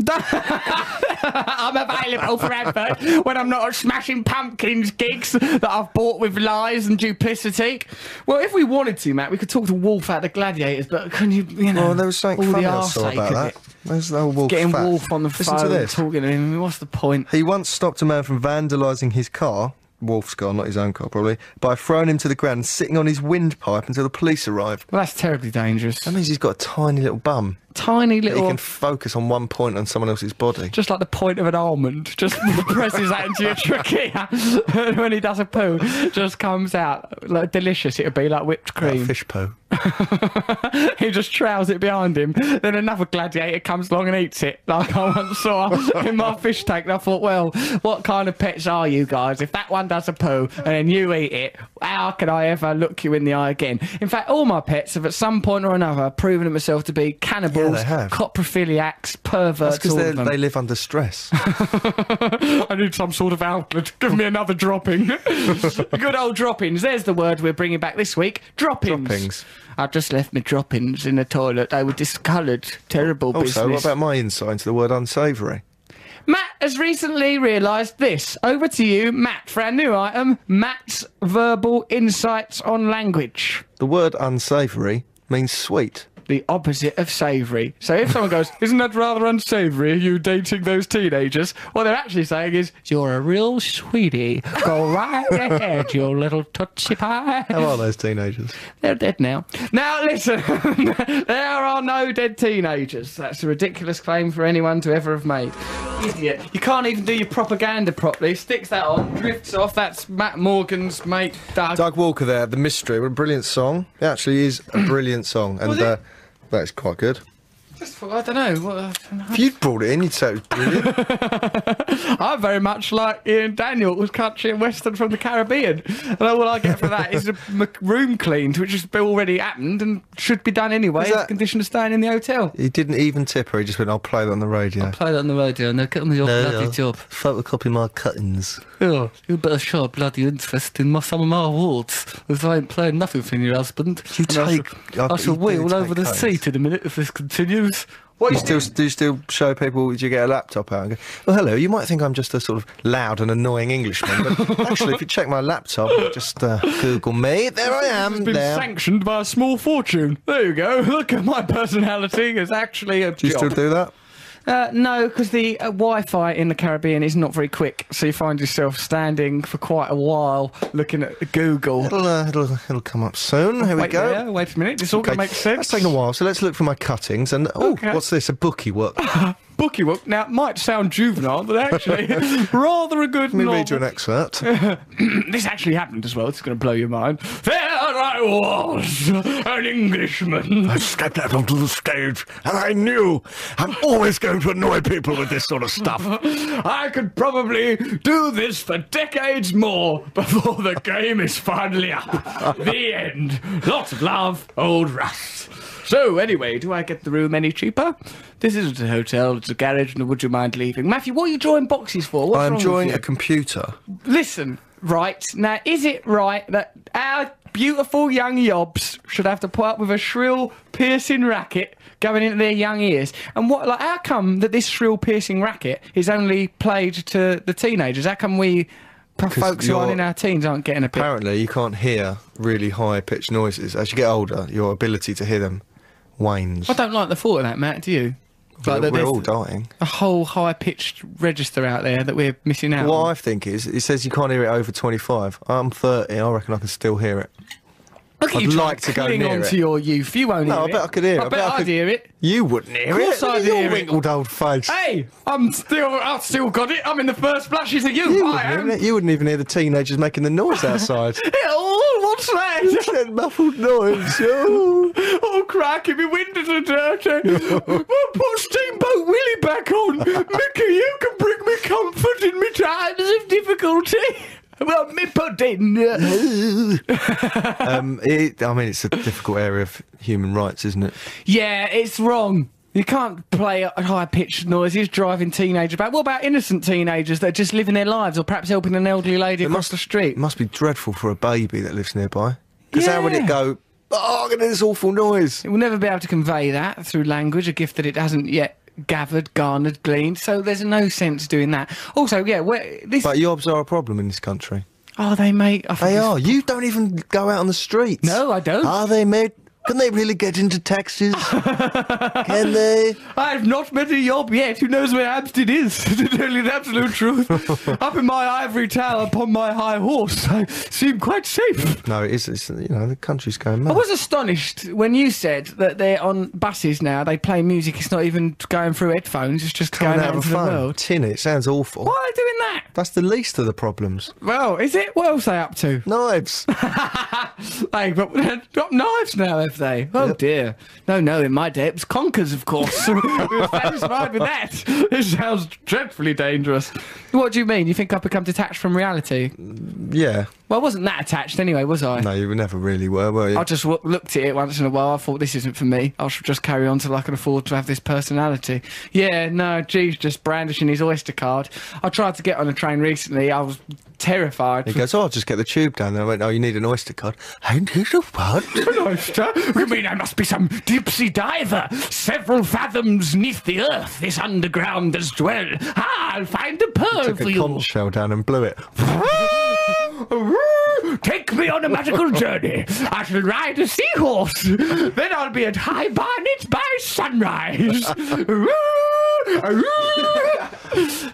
Speaker 2: I'm available for advert when I'm not at smashing pumpkins gigs that I've bought with lies and duplicity. Well, if we wanted to, Matt, we could talk to Wolf at the Gladiators, but can you, you know,
Speaker 3: Well, there was something
Speaker 2: all
Speaker 3: funny
Speaker 2: the
Speaker 3: I saw
Speaker 2: arse ache
Speaker 3: about
Speaker 2: of
Speaker 3: that.
Speaker 2: it.
Speaker 3: There's the wolf
Speaker 2: Getting
Speaker 3: fact.
Speaker 2: Wolf on the
Speaker 3: Listen to
Speaker 2: phone,
Speaker 3: this.
Speaker 2: talking to him. What's the point?
Speaker 3: He once stopped a man from vandalising his car, Wolf's car, not his own car probably, by throwing him to the ground and sitting on his windpipe until the police arrived.
Speaker 2: Well, that's terribly dangerous.
Speaker 3: That means he's got a tiny little bum.
Speaker 2: Tiny
Speaker 3: He
Speaker 2: little,
Speaker 3: can focus on one point on someone else's body.
Speaker 2: just like the point of an almond, just presses that into your trachea. and when he does a poo, just comes out like delicious. It'd be like whipped
Speaker 3: Like
Speaker 2: cream.
Speaker 3: fish poo.
Speaker 2: Uh, he just trows it behind him. Then another gladiator comes along and eats it, like I once saw in my fish tank. And I thought, well, what kind of pets are you guys? If that one does a poo and then you eat it, how can I ever look you in the eye again? In fact, all my pets have at some point or another proven themselves to be cannibals,
Speaker 3: they have.
Speaker 2: coprophiliacs,
Speaker 3: That's
Speaker 2: perverts,
Speaker 3: because
Speaker 2: all
Speaker 3: they
Speaker 2: of them.
Speaker 3: they live under stress.
Speaker 2: I need some sort of outlet. Give me another dropping. Good old droppings. There's the word we're bringing back this week. Droppings.
Speaker 3: Droppings.
Speaker 2: I've just left my droppings in the toilet. They were discoloured. Terrible
Speaker 3: also, what
Speaker 2: business.
Speaker 3: about my insight into the word unsavoury?
Speaker 2: Matt has recently realised this. Over to you, Matt, for our new item Matt's Verbal Insights on Language.
Speaker 3: The word unsavoury means sweet.
Speaker 2: The opposite of savoury. So if someone goes, Isn't that rather unsavoury, you dating those teenagers? What they're actually saying is, You're a real sweetie. Go right ahead, you little tootsie pie.
Speaker 3: How are those teenagers?
Speaker 2: They're dead now. Now listen, there are no dead teenagers. That's a ridiculous claim for anyone to ever have made. Idiot. You can't even do your propaganda properly. Sticks that on, drifts off. That's Matt Morgan's mate, Doug.
Speaker 3: Doug Walker there, The Mystery. What a brilliant song. It actually is a brilliant song. And
Speaker 2: Was it?
Speaker 3: uh, that is quite good.
Speaker 2: Just thought- I don't know. What,
Speaker 3: If you'd brought it in, you'd say it was brilliant.
Speaker 2: I very much like Ian Daniel was country and western from the Caribbean, and all I get for that is a m- room cleaned, which has already happened and should be done anyway.
Speaker 3: Is
Speaker 2: It's
Speaker 3: that-
Speaker 2: conditioned to staying in the hotel.
Speaker 3: he didn't even tip her, he just went, I'll play that on the radio.
Speaker 2: Play that on the radio, and they'll get on your bloody job.
Speaker 3: Photocopy my cuttings.
Speaker 2: Yeah, you better show a bloody interest in my, some of my awards, because I ain't playing nothing for your husband.
Speaker 3: You
Speaker 2: And I
Speaker 3: take-
Speaker 2: shall, I
Speaker 3: I bet
Speaker 2: shall
Speaker 3: you do
Speaker 2: wheel
Speaker 3: take
Speaker 2: over the
Speaker 3: codes.
Speaker 2: seat in a minute if this continues.
Speaker 3: What do you still do you still show people do you get a laptop out and go, Well hello, you might think I'm just a sort of loud and annoying Englishman, but actually if you check my laptop, just uh, Google me, there I am
Speaker 2: Been
Speaker 3: there.
Speaker 2: sanctioned by a small fortune. There you go. Look at my personality. It's actually a
Speaker 3: do you
Speaker 2: job.
Speaker 3: still do that?
Speaker 2: Uh, no, because the uh, Wi-Fi in the Caribbean is not very quick, so you find yourself standing for quite a while looking at Google.
Speaker 3: It'll, uh, it'll, it'll come up soon. Here we
Speaker 2: Wait
Speaker 3: go.
Speaker 2: there, wait a minute. This all
Speaker 3: Okay,
Speaker 2: gonna make sense.
Speaker 3: That's taking a while, so let's look for my cuttings. And oh,
Speaker 2: Okay.
Speaker 3: what's this? A bookie work. Let
Speaker 2: Bookie book. Now it might sound juvenile, but actually rather a good.
Speaker 3: me
Speaker 2: novel.
Speaker 3: read you an excerpt.
Speaker 2: this actually happened as well. It's going to blow your mind. There I was, an Englishman.
Speaker 11: I stepped out onto the stage and I knew I'm always going to annoy people with this sort of stuff.
Speaker 2: I could probably do this for decades more before the game is finally up. the end. Lots of love, old Russ. So, anyway, do I get the room any cheaper? This isn't a hotel, it's a garage, and would you mind leaving? Matthew, what are you drawing boxes for? What's
Speaker 3: I am
Speaker 2: wrong
Speaker 3: drawing a
Speaker 2: with you?
Speaker 3: computer.
Speaker 2: Listen, right. Now, is it right that our beautiful young yobs should have to put up with a shrill, piercing racket going into their young ears? And what, like, how come that this shrill, piercing racket is only played to the teenagers? How come we, p- folks who aren't
Speaker 3: you're-
Speaker 2: in our teens, aren't getting a bit?
Speaker 3: Apparently, you can't hear really high pitched noises. As you get older, your ability to hear them wanes.
Speaker 2: I don't like the thought of that, Matt. Do you?
Speaker 3: We're,
Speaker 2: Like that Oh.
Speaker 3: we're
Speaker 2: there's
Speaker 3: all dying.
Speaker 2: a whole high-pitched register out there that we're missing out.
Speaker 3: What
Speaker 2: on.
Speaker 3: I think is, it says you can't hear it over 25. I'm 30. I reckon I can still hear it.
Speaker 2: Look at
Speaker 3: I'd
Speaker 2: you trying
Speaker 3: like to go
Speaker 2: cling
Speaker 3: near
Speaker 2: on
Speaker 3: it.
Speaker 2: to your youth. You won't
Speaker 3: No,
Speaker 2: hear
Speaker 3: I
Speaker 2: it.
Speaker 3: bet I could hear it.
Speaker 2: I
Speaker 3: I
Speaker 2: bet
Speaker 3: bet I
Speaker 2: I'd
Speaker 3: could-
Speaker 2: hear it.
Speaker 3: You wouldn't hear
Speaker 2: Of course
Speaker 3: it. Look
Speaker 2: I'd
Speaker 3: at your
Speaker 2: hear it.
Speaker 3: wrinkled old face.
Speaker 2: Hey, I'm still, I've still got it. I'm in the first flashes of you.
Speaker 3: You
Speaker 2: I
Speaker 3: wouldn't,
Speaker 2: am.
Speaker 3: hear it. you wouldn't even hear the teenagers making the noise outside.
Speaker 2: Oh, what's that?
Speaker 3: that muffled noise. Oh.
Speaker 2: Oh, cracky, my windows are dirty. well, put Steamboat Willie back on. Mickey, you can bring me comfort in me times of difficulty. Well, me pudding.
Speaker 3: um, it, I mean, it's a difficult area of human rights, isn't it?
Speaker 2: Yeah, it's wrong. You can't play high pitched noises driving teenagers about. What about innocent teenagers that are just living their lives or perhaps helping an elderly lady across the street?
Speaker 3: It must be dreadful for a baby that lives nearby. Because how would
Speaker 2: Yeah.
Speaker 3: it go? Oh, look at this awful noise.
Speaker 2: It will never be able to convey that through language, a gift that it hasn't yet gathered, garnered, gleaned. So there's no sense doing that. Also, yeah, where, this.
Speaker 3: But yobs are a problem in this country.
Speaker 2: Are they, mate? I think
Speaker 3: They
Speaker 2: this-
Speaker 3: are. You don't even go out on the streets.
Speaker 2: No, I don't.
Speaker 3: Are they, mate? Can they really get into taxis? Can they?
Speaker 2: I have not met a yob yet who knows where Hampstead is. to tell you the absolute truth, up in my ivory tower upon my high horse, I seem quite safe.
Speaker 3: No, it is. It's, you know, the country's going
Speaker 2: I
Speaker 3: mad.
Speaker 2: was astonished when you said that they're on buses now. They play music. It's not even going through headphones. It's just
Speaker 3: Can't
Speaker 2: going out
Speaker 3: have
Speaker 2: into
Speaker 3: a
Speaker 2: the
Speaker 3: phone.
Speaker 2: world.
Speaker 3: Tin it. Sounds awful.
Speaker 2: Why are they doing that?
Speaker 3: That's the least of the problems.
Speaker 2: Well, is it? What else are they up to?
Speaker 3: Knives.
Speaker 2: Hey, but they've got knives now, have they? Oh dear. No, no, in my day it was conkers, of course. we were satisfied with that. It sounds dreadfully dangerous. What do you mean? You think I've become detached from reality?
Speaker 3: yeah.
Speaker 2: Well, I wasn't that attached anyway, was I?
Speaker 3: No, you never really were, were you?
Speaker 2: I just w- looked at it once in a while. I thought, this isn't for me. I should just carry on till I can afford to have this personality. Yeah, no, G's just brandishing his Oyster card. I tried to get on a train recently. I was terrified.
Speaker 3: He goes, oh, I'll just get the tube down there. I went, oh, you need an oyster card. And here's a what?
Speaker 2: Oyster? You mean I must be some deep-sea diver, several fathoms neath the earth, this underground as well? Ah, I'll find a pearl
Speaker 3: Took
Speaker 2: for
Speaker 3: a
Speaker 2: you.
Speaker 3: conch shell down and blew it.
Speaker 2: Take me on a magical journey. I shall ride a seahorse. Then I'll be at High Barnet by sunrise.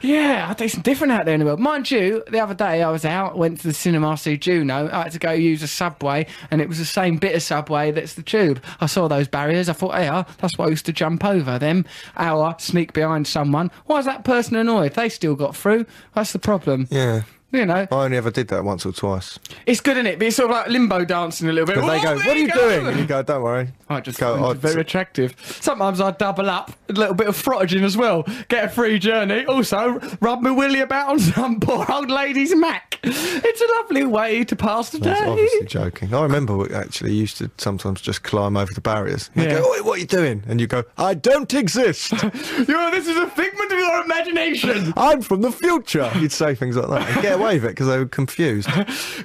Speaker 2: yeah, I think it's different out there in the world. Mind you, the other day I was out, went to the cinema, see Juno. I had to go use a subway, and it was the same bit of subway that's the tube. I saw those barriers. I thought, yeah, that's why I used to jump over them. Hour, sneak behind someone. Why is that person annoyed? They still got through. That's the problem.
Speaker 3: Yeah.
Speaker 2: You know,
Speaker 3: I only ever did that once or twice.
Speaker 2: it's good, isn't it? But it's sort of like limbo dancing a little bit.
Speaker 3: But they
Speaker 2: Oh,
Speaker 3: go,
Speaker 2: there
Speaker 3: what are you
Speaker 2: go."
Speaker 3: doing? And you go, don't worry.
Speaker 2: I just
Speaker 3: Go,
Speaker 2: find
Speaker 3: "Oh,
Speaker 2: it very attractive. Sometimes I double up, a little bit of frotaging as well. Get a free journey. Also, rub my willy about on some poor old lady's mac. It's a lovely way to pass the
Speaker 3: I was obviously
Speaker 2: day.
Speaker 3: joking. I remember we actually used to sometimes just climb over the barriers. And
Speaker 2: Yeah.
Speaker 3: yeah. go, Oi, what are you doing? And you go, I don't exist.
Speaker 2: You know, this is a figment of your imagination.
Speaker 3: I'm from the future. You'd say things like that and get away with it because they were confused.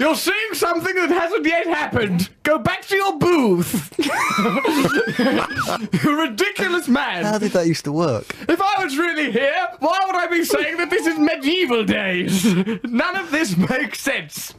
Speaker 2: You're seeing something that hasn't yet happened. Go back to your booth. you ridiculous man.
Speaker 3: How did that used to work?
Speaker 2: If I was really here, why would I be saying that this is medieval days? None of this makes sense.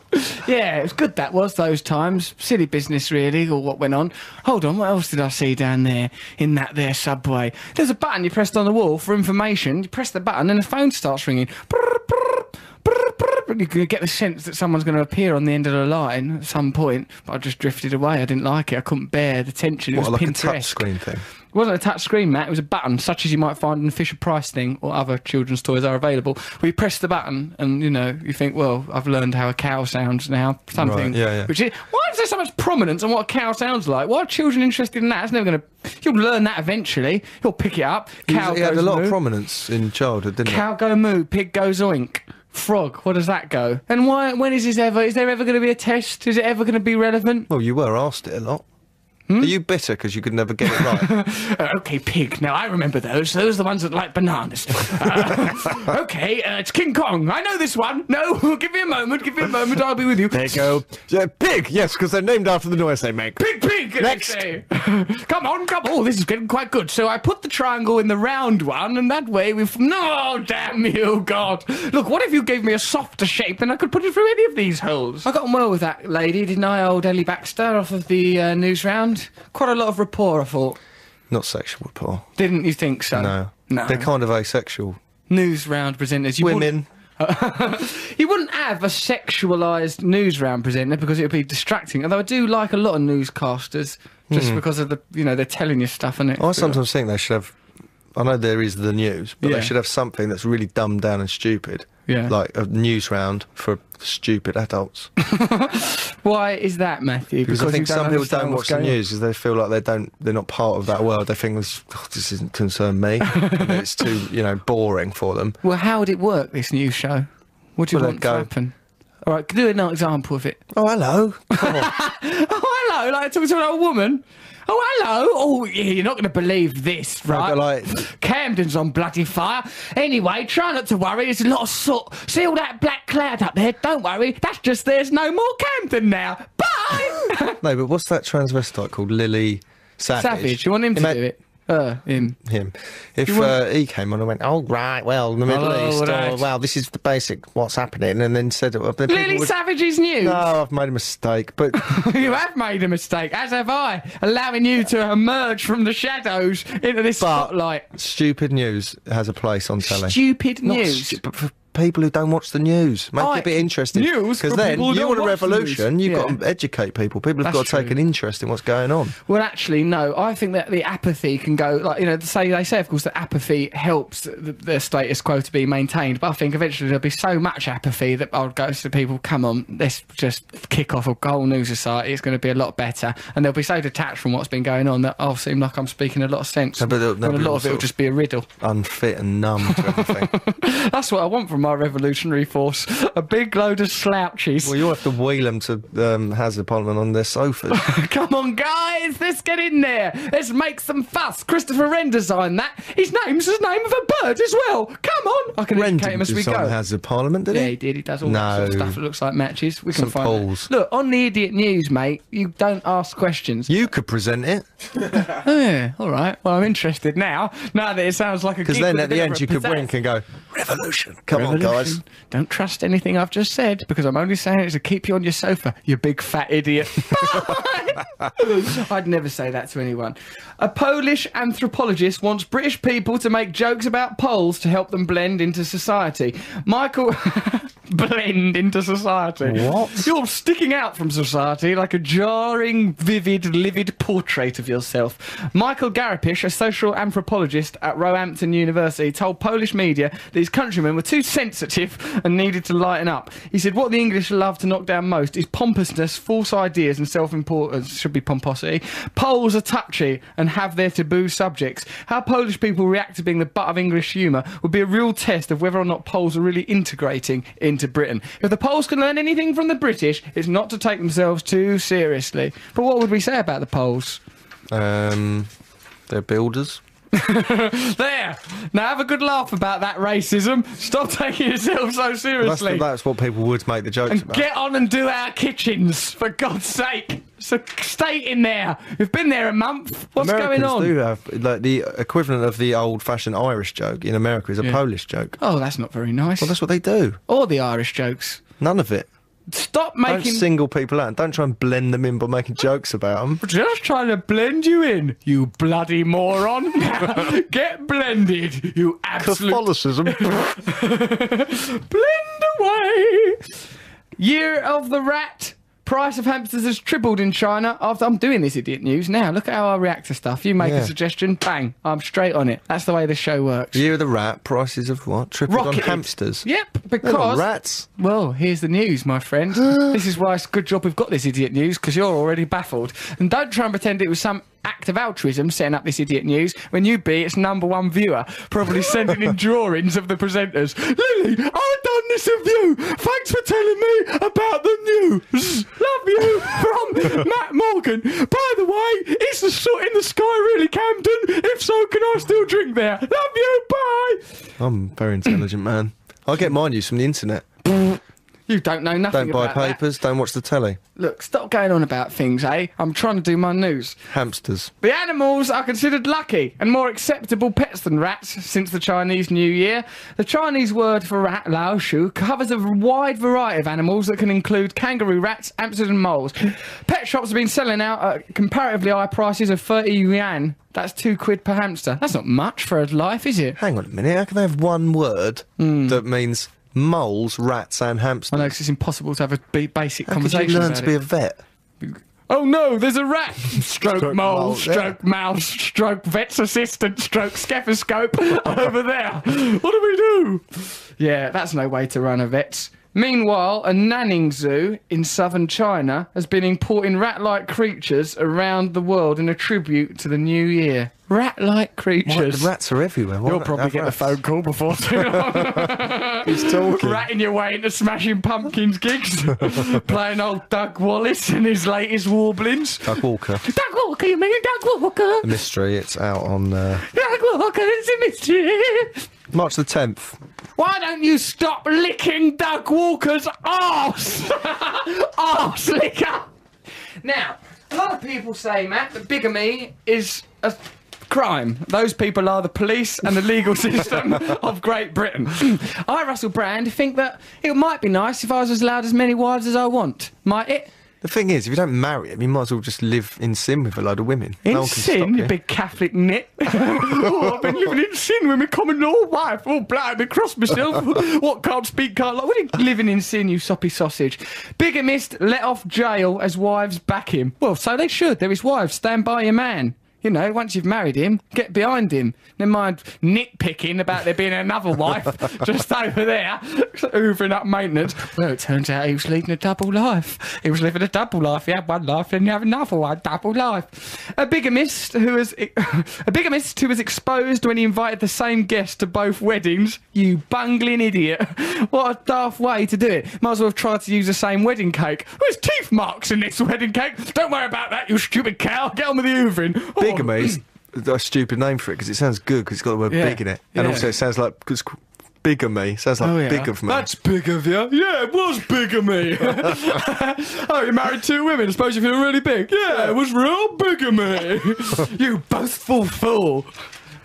Speaker 2: Yeah, it was good that was those times. Silly business, really, or what went on. Hold on, what else did I see down there in that there subway? There's a button you pressed on the wall for information. You press the button and the phone starts ringing. Brrr, brrr, brrr, brrr. You can get the sense that someone's going to appear on the end of the line at some point. But I just drifted away. I didn't like it. I couldn't bear the tension. It
Speaker 3: What,
Speaker 2: was
Speaker 3: like a
Speaker 2: Pinterest.
Speaker 3: touch screen thing?
Speaker 2: It wasn't a touch screen, Matt. It was a button, such as you might find in the Fisher Price thing or other children's toys are available. Where you press the button and, you know, you think, well, I've learned how a cow sounds now. Something.
Speaker 3: Right, yeah, yeah.
Speaker 2: Which is, why is there so much prominence on what a cow sounds like? Why are children interested in that? It's never going to. You'll learn that eventually. You'll pick it up. Cow
Speaker 3: It had a
Speaker 2: goes
Speaker 3: lot
Speaker 2: moo.
Speaker 3: of prominence in childhood, didn't it?
Speaker 2: Cow go moo, pig goes oink. Frog, what does that go? And why? When is this ever? Is there ever going to be a test? Is it ever going to be relevant?
Speaker 3: Well, you were asked it a lot.
Speaker 11: Hmm?
Speaker 3: Are you bitter because you could never get it right?
Speaker 2: Uh, okay, pig. Now I remember those. Those are the ones that like bananas. Uh, okay, uh, it's King Kong. I know this one. No, give me a moment. Give me a moment. I'll be with you.
Speaker 11: There you go. Yeah, pig, yes, because they're named after the noise they make.
Speaker 2: Pig, pig. they
Speaker 11: Next.
Speaker 2: say. come on, come on. Oh, this is getting quite good. So I put the triangle in the round one, and that way we've. No, damn you, God. Look, what if you gave me a softer shape and I could put it through any of these holes? I got on well with that lady, didn't I, old Ellie Baxter, off of the uh, news round? Quite a lot of rapport, I thought.
Speaker 3: Not sexual, Paul.
Speaker 2: Didn't you think so?
Speaker 3: No.
Speaker 2: No.
Speaker 3: They're kind of asexual.
Speaker 2: news round presenters. You
Speaker 3: Women.
Speaker 2: wouldn't- you wouldn't have a sexualised news round presenter because it would be distracting. Although I do like a lot of newscasters just because of the you know they're telling you stuff and it.
Speaker 3: Hmm. I sometimes think they should have. I know there is the news, but
Speaker 2: Yeah.
Speaker 3: they should have something that's really dumbed down and stupid.
Speaker 2: Yeah.
Speaker 3: Like a news round for stupid adults.
Speaker 2: Why is that, Matthew?
Speaker 3: Because I
Speaker 2: you
Speaker 3: think some people
Speaker 2: understand
Speaker 3: don't
Speaker 2: what's
Speaker 3: watch the
Speaker 2: going on.
Speaker 3: news because they feel like they don't, they're not part of that world. They think this, oh, this isn't concern me. and it's too, you know, boring for them.
Speaker 2: Well, how would it work this news show? What do you
Speaker 3: Well,
Speaker 2: want
Speaker 3: let
Speaker 2: to
Speaker 3: go.
Speaker 2: happen? All right, do an example of it.
Speaker 3: Oh, hello. Come on.
Speaker 2: Oh, hello. hello, like talking to an old woman. Oh, hello. Oh, yeah, you're not going to believe this, right? Camden's on bloody fire. Anyway, try not to worry. There's a lot of soot. See all that black cloud up there? Don't worry. That's just there's no more Camden now. Bye.
Speaker 3: No, but what's that transvestite called? Lily Savage.
Speaker 2: Savage, you want him to do it? Uh, him.
Speaker 3: Him. If
Speaker 2: You want-
Speaker 3: uh, he came on and went, oh, right, well, the Middle
Speaker 2: Oh,
Speaker 3: East,
Speaker 2: right.
Speaker 3: oh, well, this is the basic, what's happening, and then said, well, then people
Speaker 2: Lily
Speaker 3: would-
Speaker 2: Savage is new.
Speaker 3: No, I've made a mistake, but
Speaker 2: you have made a mistake, as have I, allowing you to emerge from the shadows into this spotlight.
Speaker 3: stupid news has a place on telly.
Speaker 2: Stupid
Speaker 3: Not
Speaker 2: news.
Speaker 3: stu- but for people who don't watch the news, make
Speaker 2: I-
Speaker 3: it a bit interesting.
Speaker 2: News
Speaker 3: because
Speaker 2: for
Speaker 3: then
Speaker 2: people who
Speaker 3: you
Speaker 2: don't
Speaker 3: want a
Speaker 2: watch the news.
Speaker 3: revolution. You've
Speaker 2: Yeah.
Speaker 3: got to educate people. People have
Speaker 2: That's
Speaker 3: got to take
Speaker 2: true.
Speaker 3: an interest in what's going on.
Speaker 2: Well, actually, no. I think that the apathy can go, like, you know, say, they say, of course, that apathy helps the, the status quo to be maintained. But I think eventually there'll be so much apathy that I'll go to people, come on, let's just kick off a whole new society. It's going to be a lot better. And they'll be so detached from what's been going on that I'll seem like I'm speaking a lot of sense.
Speaker 3: No, but they'll-
Speaker 2: When
Speaker 3: they'll
Speaker 2: a
Speaker 3: be
Speaker 2: lot
Speaker 3: all
Speaker 2: of it will
Speaker 3: sort of-
Speaker 2: just be a riddle.
Speaker 3: Unfit and numb to everything.
Speaker 2: That's what I want from my revolutionary force a big load of slouches.
Speaker 3: well, you'll have to wheel them to um, Hazard Parliament on their sofas.
Speaker 2: Come on, guys, let's get in there. Let's make some fuss. Christopher Wren designed that. His name's the name of a bird as well. Come on. I can
Speaker 3: Rendon
Speaker 2: educate him as we
Speaker 3: was on
Speaker 2: go.
Speaker 3: Hazard Parliament, did
Speaker 2: yeah,
Speaker 3: he?
Speaker 2: he did. He does all that
Speaker 3: No.
Speaker 2: sort of stuff that looks like matches. We can
Speaker 3: St.
Speaker 2: find that.
Speaker 3: Paul's.
Speaker 2: Look, on the idiot news, mate, you don't ask questions.
Speaker 3: You could present it
Speaker 2: Oh, yeah, all right. Well, I'm interested now. Now that it sounds like a
Speaker 3: because
Speaker 2: gig
Speaker 3: then
Speaker 2: with a
Speaker 3: at the
Speaker 2: bit of
Speaker 3: end
Speaker 2: a
Speaker 3: you could
Speaker 2: pizzazz.
Speaker 3: wink and go revolution. Come on, guys.
Speaker 2: Revolution. Don't trust anything I've just said because I'm only saying it to keep you on your sofa, you big fat idiot. I'd never say that to anyone. A Polish anthropologist wants British people to make jokes about Poles to help them blend into society. Michael. blend into society.
Speaker 3: What?
Speaker 2: You're sticking out from society like a jarring, vivid, livid portrait of yourself. Michael Garapish, a social anthropologist at Roehampton University, told Polish media that his countrymen were too sensitive and needed to lighten up. He said, What the English love to knock down most is pompousness, false ideas, and self importance. Should be pomposity. Poles are touchy and have their taboo subjects. How Polish people react to being the butt of English humour would be a real test of whether or not Poles are really integrating into Britain. If the Poles can learn anything from the British, it's not to take themselves too seriously. But what would we say about the Poles?
Speaker 3: Um, they're builders.
Speaker 2: There! Now have a good laugh about that racism. Stop taking yourself so
Speaker 3: That's,
Speaker 2: seriously.
Speaker 3: that's what people would make the jokes
Speaker 2: and
Speaker 3: about.
Speaker 2: get on and do our kitchens, for God's sake. So stay in there. You've been there a month. What's
Speaker 3: Americans
Speaker 2: going on?
Speaker 3: do have like the equivalent of the old-fashioned Irish joke in America is a
Speaker 2: Yeah.
Speaker 3: Polish joke.
Speaker 2: Oh, that's not very nice.
Speaker 3: Well, that's what they do.
Speaker 2: Or the Irish jokes.
Speaker 3: None of it.
Speaker 2: Stop
Speaker 3: Don't
Speaker 2: making.
Speaker 3: single people out. and Don't try and blend them in by making jokes about them.
Speaker 2: Just trying to blend you in, you bloody moron. Get blended, you absolute.
Speaker 3: Catholicism.
Speaker 2: Blend away. Year of the rat. Price of hamsters has tripled in China after I'm doing this idiot news now. Look at how I react to stuff. You make
Speaker 3: Yeah.
Speaker 2: a suggestion, bang, I'm straight on it. That's the way the show works.
Speaker 3: Year of the rat. Prices of what? Tripled
Speaker 2: Rocketed.
Speaker 3: on hamsters.
Speaker 2: Yep,
Speaker 3: They're not
Speaker 2: because
Speaker 3: rats.
Speaker 2: Well, here's the news, my friend. this is why it's a good job we've got this idiot news because you're already baffled. And don't try and pretend it was some act of altruism setting up this idiot news when you be its number one viewer, probably sending in drawings of the presenters. Lily, I've done this of you. Thanks for telling me about the news. Love you from Matt Morgan. By the way, it's the soot in the sky, really, Camden. If so, can I still drink there? Love you. Bye.
Speaker 3: I'm a very intelligent man. I get my news from the internet.
Speaker 2: You don't know nothing
Speaker 3: Don't buy
Speaker 2: about that.
Speaker 3: papers. Don't watch the telly.
Speaker 2: Look, stop going on about things, eh? I'm trying to do my news.
Speaker 3: Hamsters.
Speaker 2: The animals are considered lucky and more acceptable pets than rats since the Chinese New Year. The Chinese word for rat, Lao Shu, covers a wide variety of animals that can include kangaroo rats, hamsters, and moles. Pet shops have been selling out at comparatively high prices of 30 yuan. That's two quid per hamster. That's not much for a life, is it?
Speaker 3: Hang on a minute. How can they have one word
Speaker 2: Hmm.
Speaker 3: that means moles, rats, and
Speaker 2: I
Speaker 3: hamsters?
Speaker 2: know 'cause it's impossible to have a b- basic
Speaker 3: How could you
Speaker 2: conversation.
Speaker 3: learn
Speaker 2: about
Speaker 3: to
Speaker 2: it.
Speaker 3: be a vet?
Speaker 2: Oh no, there's a rat! Stroke mole,
Speaker 3: mole, yeah.
Speaker 2: stroke mouse, stroke vet's assistant, stroke stethoscope over there. What do we do? Yeah, that's no way to run a vet's. Meanwhile, a Nanning Zoo in southern China has been importing rat like creatures around the world in a tribute to the new year. Rat like creatures.
Speaker 3: The rats are everywhere. Why
Speaker 2: You'll
Speaker 3: not
Speaker 2: probably
Speaker 3: have
Speaker 2: get a
Speaker 3: rats?
Speaker 2: phone call before too long.
Speaker 3: He's talking.
Speaker 2: Ratting your way into smashing pumpkins gigs, playing old Doug Wallace in his latest warblings.
Speaker 3: Doug Walker.
Speaker 2: Doug Walker, you mean Doug Walker?
Speaker 3: The mystery. It's out on uh,
Speaker 2: Doug Walker, it's a mystery.
Speaker 3: March the 10th.
Speaker 2: Why don't you stop licking Doug Walker's arse? arse licker! Now, a lot of people say, Matt, that bigamy is a crime. Those people are the police and the legal system of Great Britain. I, Russell Brand, think that it might be nice if I was as loud as many wives as I want. Might it?
Speaker 3: The thing is, if you don't marry him, you might as well just live in sin with a load of women.
Speaker 2: In
Speaker 3: No one can stop
Speaker 2: sin, you
Speaker 3: you.
Speaker 2: big Catholic nit. oh, I've been living in sin with my common law wife. All blind across myself. what can't speak can't lie. What are you living in sin, you soppy sausage? Bigamist let off jail as wives back him. Well, so they should. They're his wives. Stand by your man. You know, once you've married him, get behind him. Never mind nitpicking about there being another wife just over there, hoovering up maintenance. Well, it turns out he was leading a double life. He was living a double life. He had one life, then he had another one, double life. A bigamist who was e-, a bigamist who was exposed when he invited the same guest to both weddings. You bungling idiot! What a daft way to do it. Might as well have tried to use the same wedding cake. There's teeth marks in this wedding cake. Don't worry about that, you stupid cow. Get on with the hoovering. Oh,
Speaker 3: Bigamy is a stupid name for it because it sounds good because it's got the word
Speaker 2: Yeah,
Speaker 3: big in it. And
Speaker 2: yeah.
Speaker 3: also it sounds like, because bigamy sounds like
Speaker 2: Oh, yeah.
Speaker 3: big of me.
Speaker 2: That's big of you. Yeah, it was big of me. oh, you married two women. I suppose you feel really big. Yeah, it was real big of me. you boastful fool.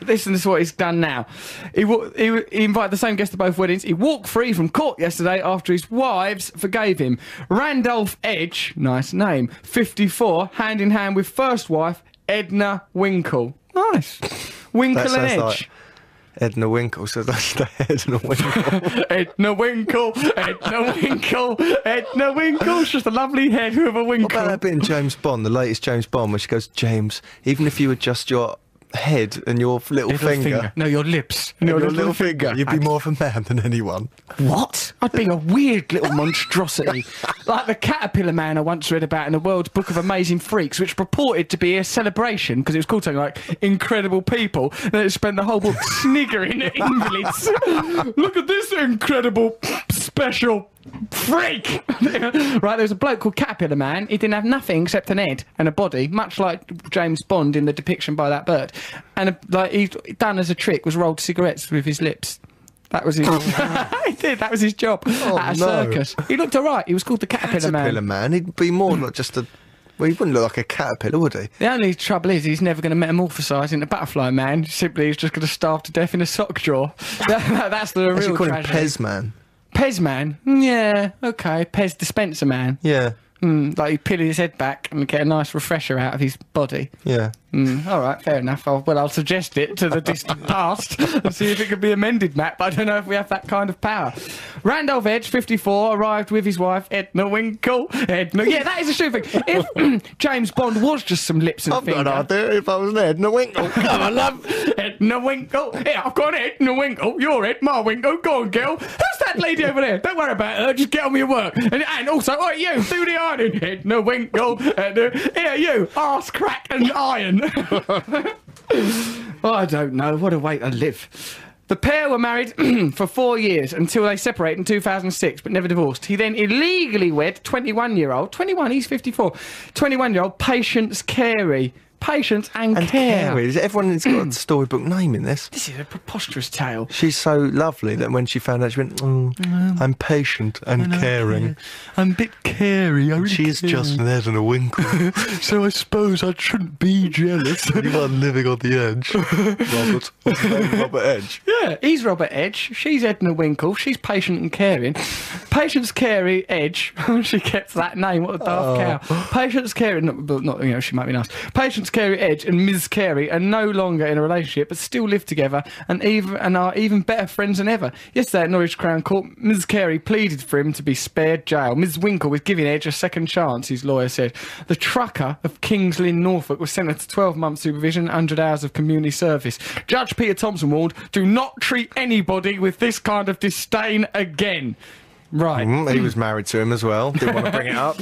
Speaker 2: Listen, this is what he's done now. He, wa- he, wa- he invited the same guest to both weddings. He walked free from court yesterday after his wives forgave him. Randolph Edge, nice name, 54, hand in hand with first wife Edna Winkle. Nice. Winkle
Speaker 3: That
Speaker 2: and Edge.
Speaker 3: sounds like Edna Winkle. So that's the Edna Winkle.
Speaker 2: Edna Winkle, Edna Winkle, Edna Winkle. It's just a lovely head with a
Speaker 3: what about
Speaker 2: winkle.
Speaker 3: that bit in James Bond, the latest James Bond, where she goes, James, even if you adjust your head and your little, finger,
Speaker 2: No, your lips.
Speaker 3: and
Speaker 2: No,
Speaker 3: your little, finger, you'd be more of a man than anyone.
Speaker 2: What? I'd be a weird little monstrosity. like the caterpillar man I once read about in the World Book of Amazing Freaks, which purported to be a celebration because it was called something like Incredible People, and then it spent the whole book sniggering at invalids. Look at this incredible special freak! right, there was a bloke called Caterpillar Man. He didn't have nothing except an head and a body, much like James Bond in the depiction by that bird. And uh, like he done as a trick was rolled cigarettes with his lips. That was his. he did. That was his job at a
Speaker 3: Oh, no.
Speaker 2: circus. He looked alright. He was called the Caterpillar,
Speaker 3: Caterpillar
Speaker 2: Man.
Speaker 3: man. he'd be more like just a. Well, he wouldn't look like a caterpillar, would he?
Speaker 2: The only trouble is he's never going to metamorphose into Butterfly Man. Simply, he's just going to starve to death in a sock drawer. That- that- that's the
Speaker 3: They
Speaker 2: real
Speaker 3: should call him
Speaker 2: tragedy.
Speaker 3: Pez Man.
Speaker 2: Pez Man. Mm, Yeah. Okay. Pez Dispenser Man.
Speaker 3: Yeah,
Speaker 2: Mm, like he peel his head back and get a nice refresher out of his body.
Speaker 3: yeah.
Speaker 2: Mm, all right, fair enough. I'll, well, I'll suggest it to the distant past and see if it can be amended, Matt. But I don't know if we have that kind of power. Randolph Edge, 54, arrived with his wife Edna Winkle. Edna, yeah, that is a true thing. If Oh, James Bond was just some lips and
Speaker 3: I've
Speaker 2: finger,
Speaker 3: got an idea. If I was an Edna Winkle, come on, love.
Speaker 2: Edna Winkle. Yeah, I've got Edna Winkle. You're Edna Winkle. Go on, girl. Who's that lady over there? Don't worry about her. Just get on with your work. And, and also, all right, you, do the ironing. Edna Winkle. Edna, uh, here, you, arse crack and iron. Oh, I don't know. What a way to live. The pair were married for four years until they separated in 2006, but never divorced. He then illegally wed 21 year old, 21, he's 54, 21 year old Patience Carey. Patience and,
Speaker 3: And
Speaker 2: Care.
Speaker 3: Carrie, is- everyone's got a storybook name in this.
Speaker 2: This is a preposterous tale.
Speaker 3: She's so lovely that when she found out, she went, "Oh, I'm patient and caring.
Speaker 2: I'm a bit carey. I
Speaker 3: She's just an Edna Winkle. so I suppose I shouldn't be jealous. Anyone living on the edge. Robert. What's his name? Robert Edge.
Speaker 2: Yeah, he's Robert Edge. She's Edna Winkle. She's patient and caring. Patience Carey Edge. she kept that name. What a
Speaker 3: Oh.
Speaker 2: daft cow. Patience Carey. Not, but not you know. She might be nice. Patience Carey Edge and Ms. Carey are no longer in a relationship, but still live together and even and are even better friends than ever. Yesterday at Norwich Crown Court, Ms. Carey pleaded for him to be spared jail. Ms. Winkle was giving Edge a second chance. His lawyer said the trucker of Kings Lynn, Norfolk, was sentenced to 12 months supervision, 100 hours of community service. Judge Peter Thompson warned, "Do not treat anybody with this kind of disdain again." Right.
Speaker 3: Mm, he was married to him as well. Didn't want to bring it up.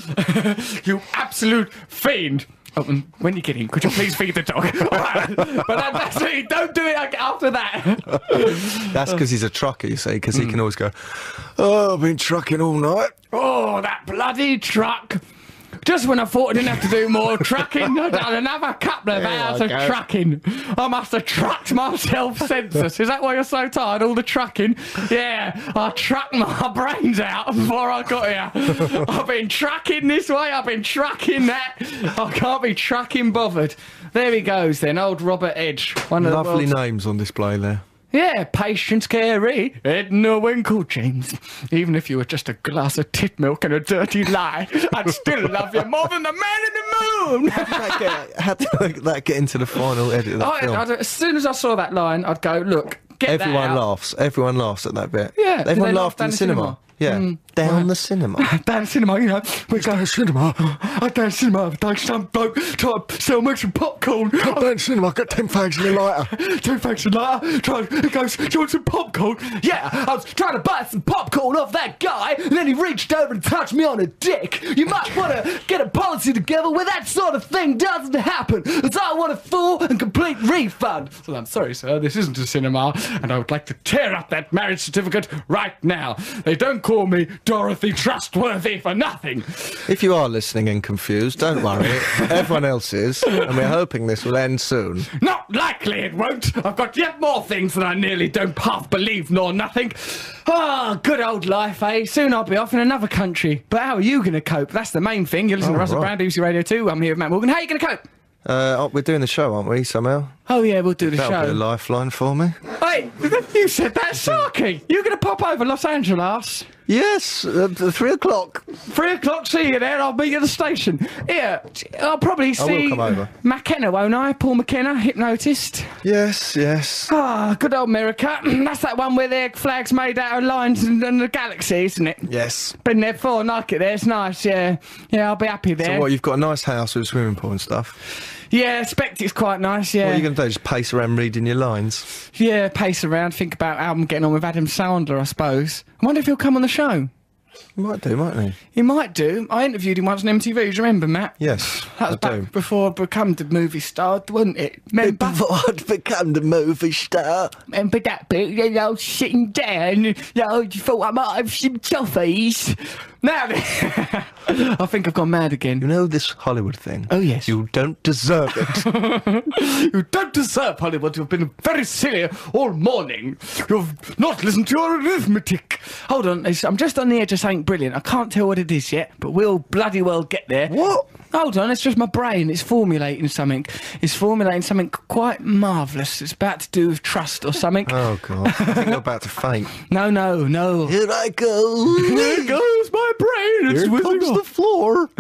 Speaker 2: you absolute fiend. Oh, and when you get in, could you please feed the dog? but that, that's it. Don't do it ag- after that.
Speaker 3: That's because he's a trucker, you see, because he can always go,
Speaker 11: Oh, I've been trucking all night.
Speaker 2: Oh, that bloody truck. Just when I thought I didn't have to do more trucking, I've done another couple of hours of trucking. I must have trucked myself senseless. Is that why you're so tired? All the trucking? Yeah, I trucked my brains out before I got here. I've been trucking this way, I've been trucking that. I can't be trucking bothered. There he goes then, old Robert Edge. One of
Speaker 3: lovely
Speaker 2: the world's-
Speaker 3: names on display there.
Speaker 2: yeah, patience carey, Eh, Edna Winkle James. Even if you were just a glass of tit milk and a dirty lie, I'd still love you more than the man in the moon.
Speaker 3: How did that get into the final edit of that
Speaker 2: I,
Speaker 3: film?
Speaker 2: I'd- as soon as I saw that line, I'd go, look, get that
Speaker 3: Everyone
Speaker 2: out.
Speaker 3: laughs. Everyone laughs at that bit.
Speaker 2: Yeah, do
Speaker 3: Everyone
Speaker 2: they laugh
Speaker 3: laughed in
Speaker 2: down
Speaker 3: the
Speaker 2: the
Speaker 3: cinema.
Speaker 2: cinema? Hmm.
Speaker 3: Yeah. Down the cinema.
Speaker 2: Down cinema, you know, we go to cinema. I down cinema, I some bloke try to sell me some popcorn.
Speaker 11: Come down to cinema, get 10 fags and a lighter.
Speaker 2: Two folks and later, try, he goes, Do you want some popcorn? Yeah, I was trying to buy some popcorn off that guy, and then he reached over and touched me on a dick. You might want to get a policy together where that sort of thing doesn't happen, as I want a full and complete refund. Well, I'm sorry, sir, this isn't a cinema, and I would like to tear up that marriage certificate right now. They don't call me Dorothy Trustworthy for nothing.
Speaker 3: If you are listening and confused, don't worry. Everyone else is, and we're hoping this will end soon.
Speaker 2: Not likely it won't. I've got yet more things that I nearly don't half believe nor nothing. Ah, good old life, eh? Soon I'll be off in another country. But how are you going to cope? That's the main thing. You're listening
Speaker 3: Oh,
Speaker 2: to Russell
Speaker 3: right.
Speaker 2: Brand, BBC Radio 2. I'm here with Matt Morgan. How are you going to cope?
Speaker 3: Uh, oh, we're doing the show, aren't we? Somehow
Speaker 2: Oh, yeah, we'll do the
Speaker 3: that'll be a
Speaker 2: show.
Speaker 3: lifeline for me.
Speaker 2: Hey, you said that, Sarky. You're going to pop over Los Angeles.
Speaker 3: Yes, uh, th- three o'clock.
Speaker 2: Three o'clock, see you there. I'll meet you at the station. Here, I'll probably
Speaker 3: I will
Speaker 2: see
Speaker 3: come over.
Speaker 2: McKenna, won't I? Paul McKenna, hypnotist.
Speaker 3: Yes, yes.
Speaker 2: Ah, good old America. That's that one where their flag's made out of lines and, and the galaxy, isn't it?
Speaker 3: Yes.
Speaker 2: Been there before, like it there. It's nice, yeah. Yeah, I'll be happy there.
Speaker 3: So what? You've got a nice house with a swimming pool and stuff.
Speaker 2: yeah, expect it's quite nice, yeah.
Speaker 3: What are you going to do? Just pace around reading your lines?
Speaker 2: yeah, pace around, think about how I'm getting on with Adam Sandler, I suppose. I wonder if he'll come on the show.
Speaker 3: You might do, mightn't you?
Speaker 2: He might do. I interviewed him once on MTV, do you remember, Matt?
Speaker 3: Yes,
Speaker 2: That was
Speaker 3: I
Speaker 2: back
Speaker 3: do.
Speaker 2: before I become the movie star, wasn't it? Remember?
Speaker 4: Before I'd become the movie star.
Speaker 2: Remember that bit, you know, sitting down, you know, you thought I might have some toffees. Now, then- I think I've gone mad
Speaker 3: You
Speaker 2: again.
Speaker 3: know this Hollywood thing.
Speaker 2: Oh, yes.
Speaker 3: You don't deserve it.
Speaker 2: You don't deserve Hollywood. You've been very silly all morning. You've not listened to your arithmetic. Hold on, it's- I'm just on the edge of something brilliant. I can't tell what it is yet, but we'll bloody well get there.
Speaker 3: What?
Speaker 2: Hold on, it's just my brain. It's formulating something. It's formulating something quite marvellous. It's about to do with trust or something.
Speaker 3: oh God! I think you're about to faint.
Speaker 2: No, no, no.
Speaker 4: Here I go.
Speaker 2: There goes my brain. It's
Speaker 3: Here
Speaker 2: whizzing
Speaker 3: comes
Speaker 2: off.
Speaker 3: the floor.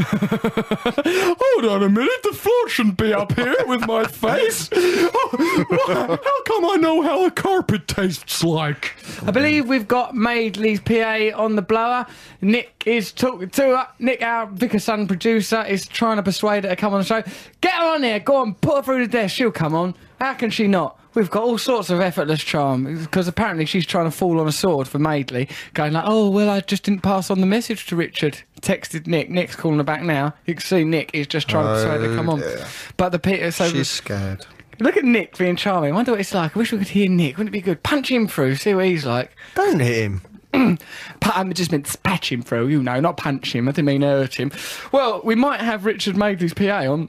Speaker 2: Hold on a minute. The floor shouldn't be up here with my face. Oh, wh- how come I know how a carpet tastes like? I believe we've got Maidley's PA on the blower. Nick is talking to her. Nick, our vicar son producer, is trying to persuade her to come on the show. Get her on here. Go on, put her through the desk. She'll come on. How can she not? We've got all sorts of effortless charm because apparently she's trying to fall on a sword for Maidley, going like, "Oh well, I just didn't pass on the message to Richard." Texted Nick. Nick's calling her back now. You can see Nick is just trying to persuade her to come on.
Speaker 3: Oh, dear.
Speaker 2: But the Peter, so
Speaker 3: She's scared.
Speaker 2: look at Nick being charming. I wonder what it's like. I wish we could hear Nick. Wouldn't it be good? Punch him through. See what he's like.
Speaker 3: Don't hit him.
Speaker 2: Pa- I just meant patch him through, you know, not punch him. I didn't mean hurt him. Well, we might have Richard Madeley's PA on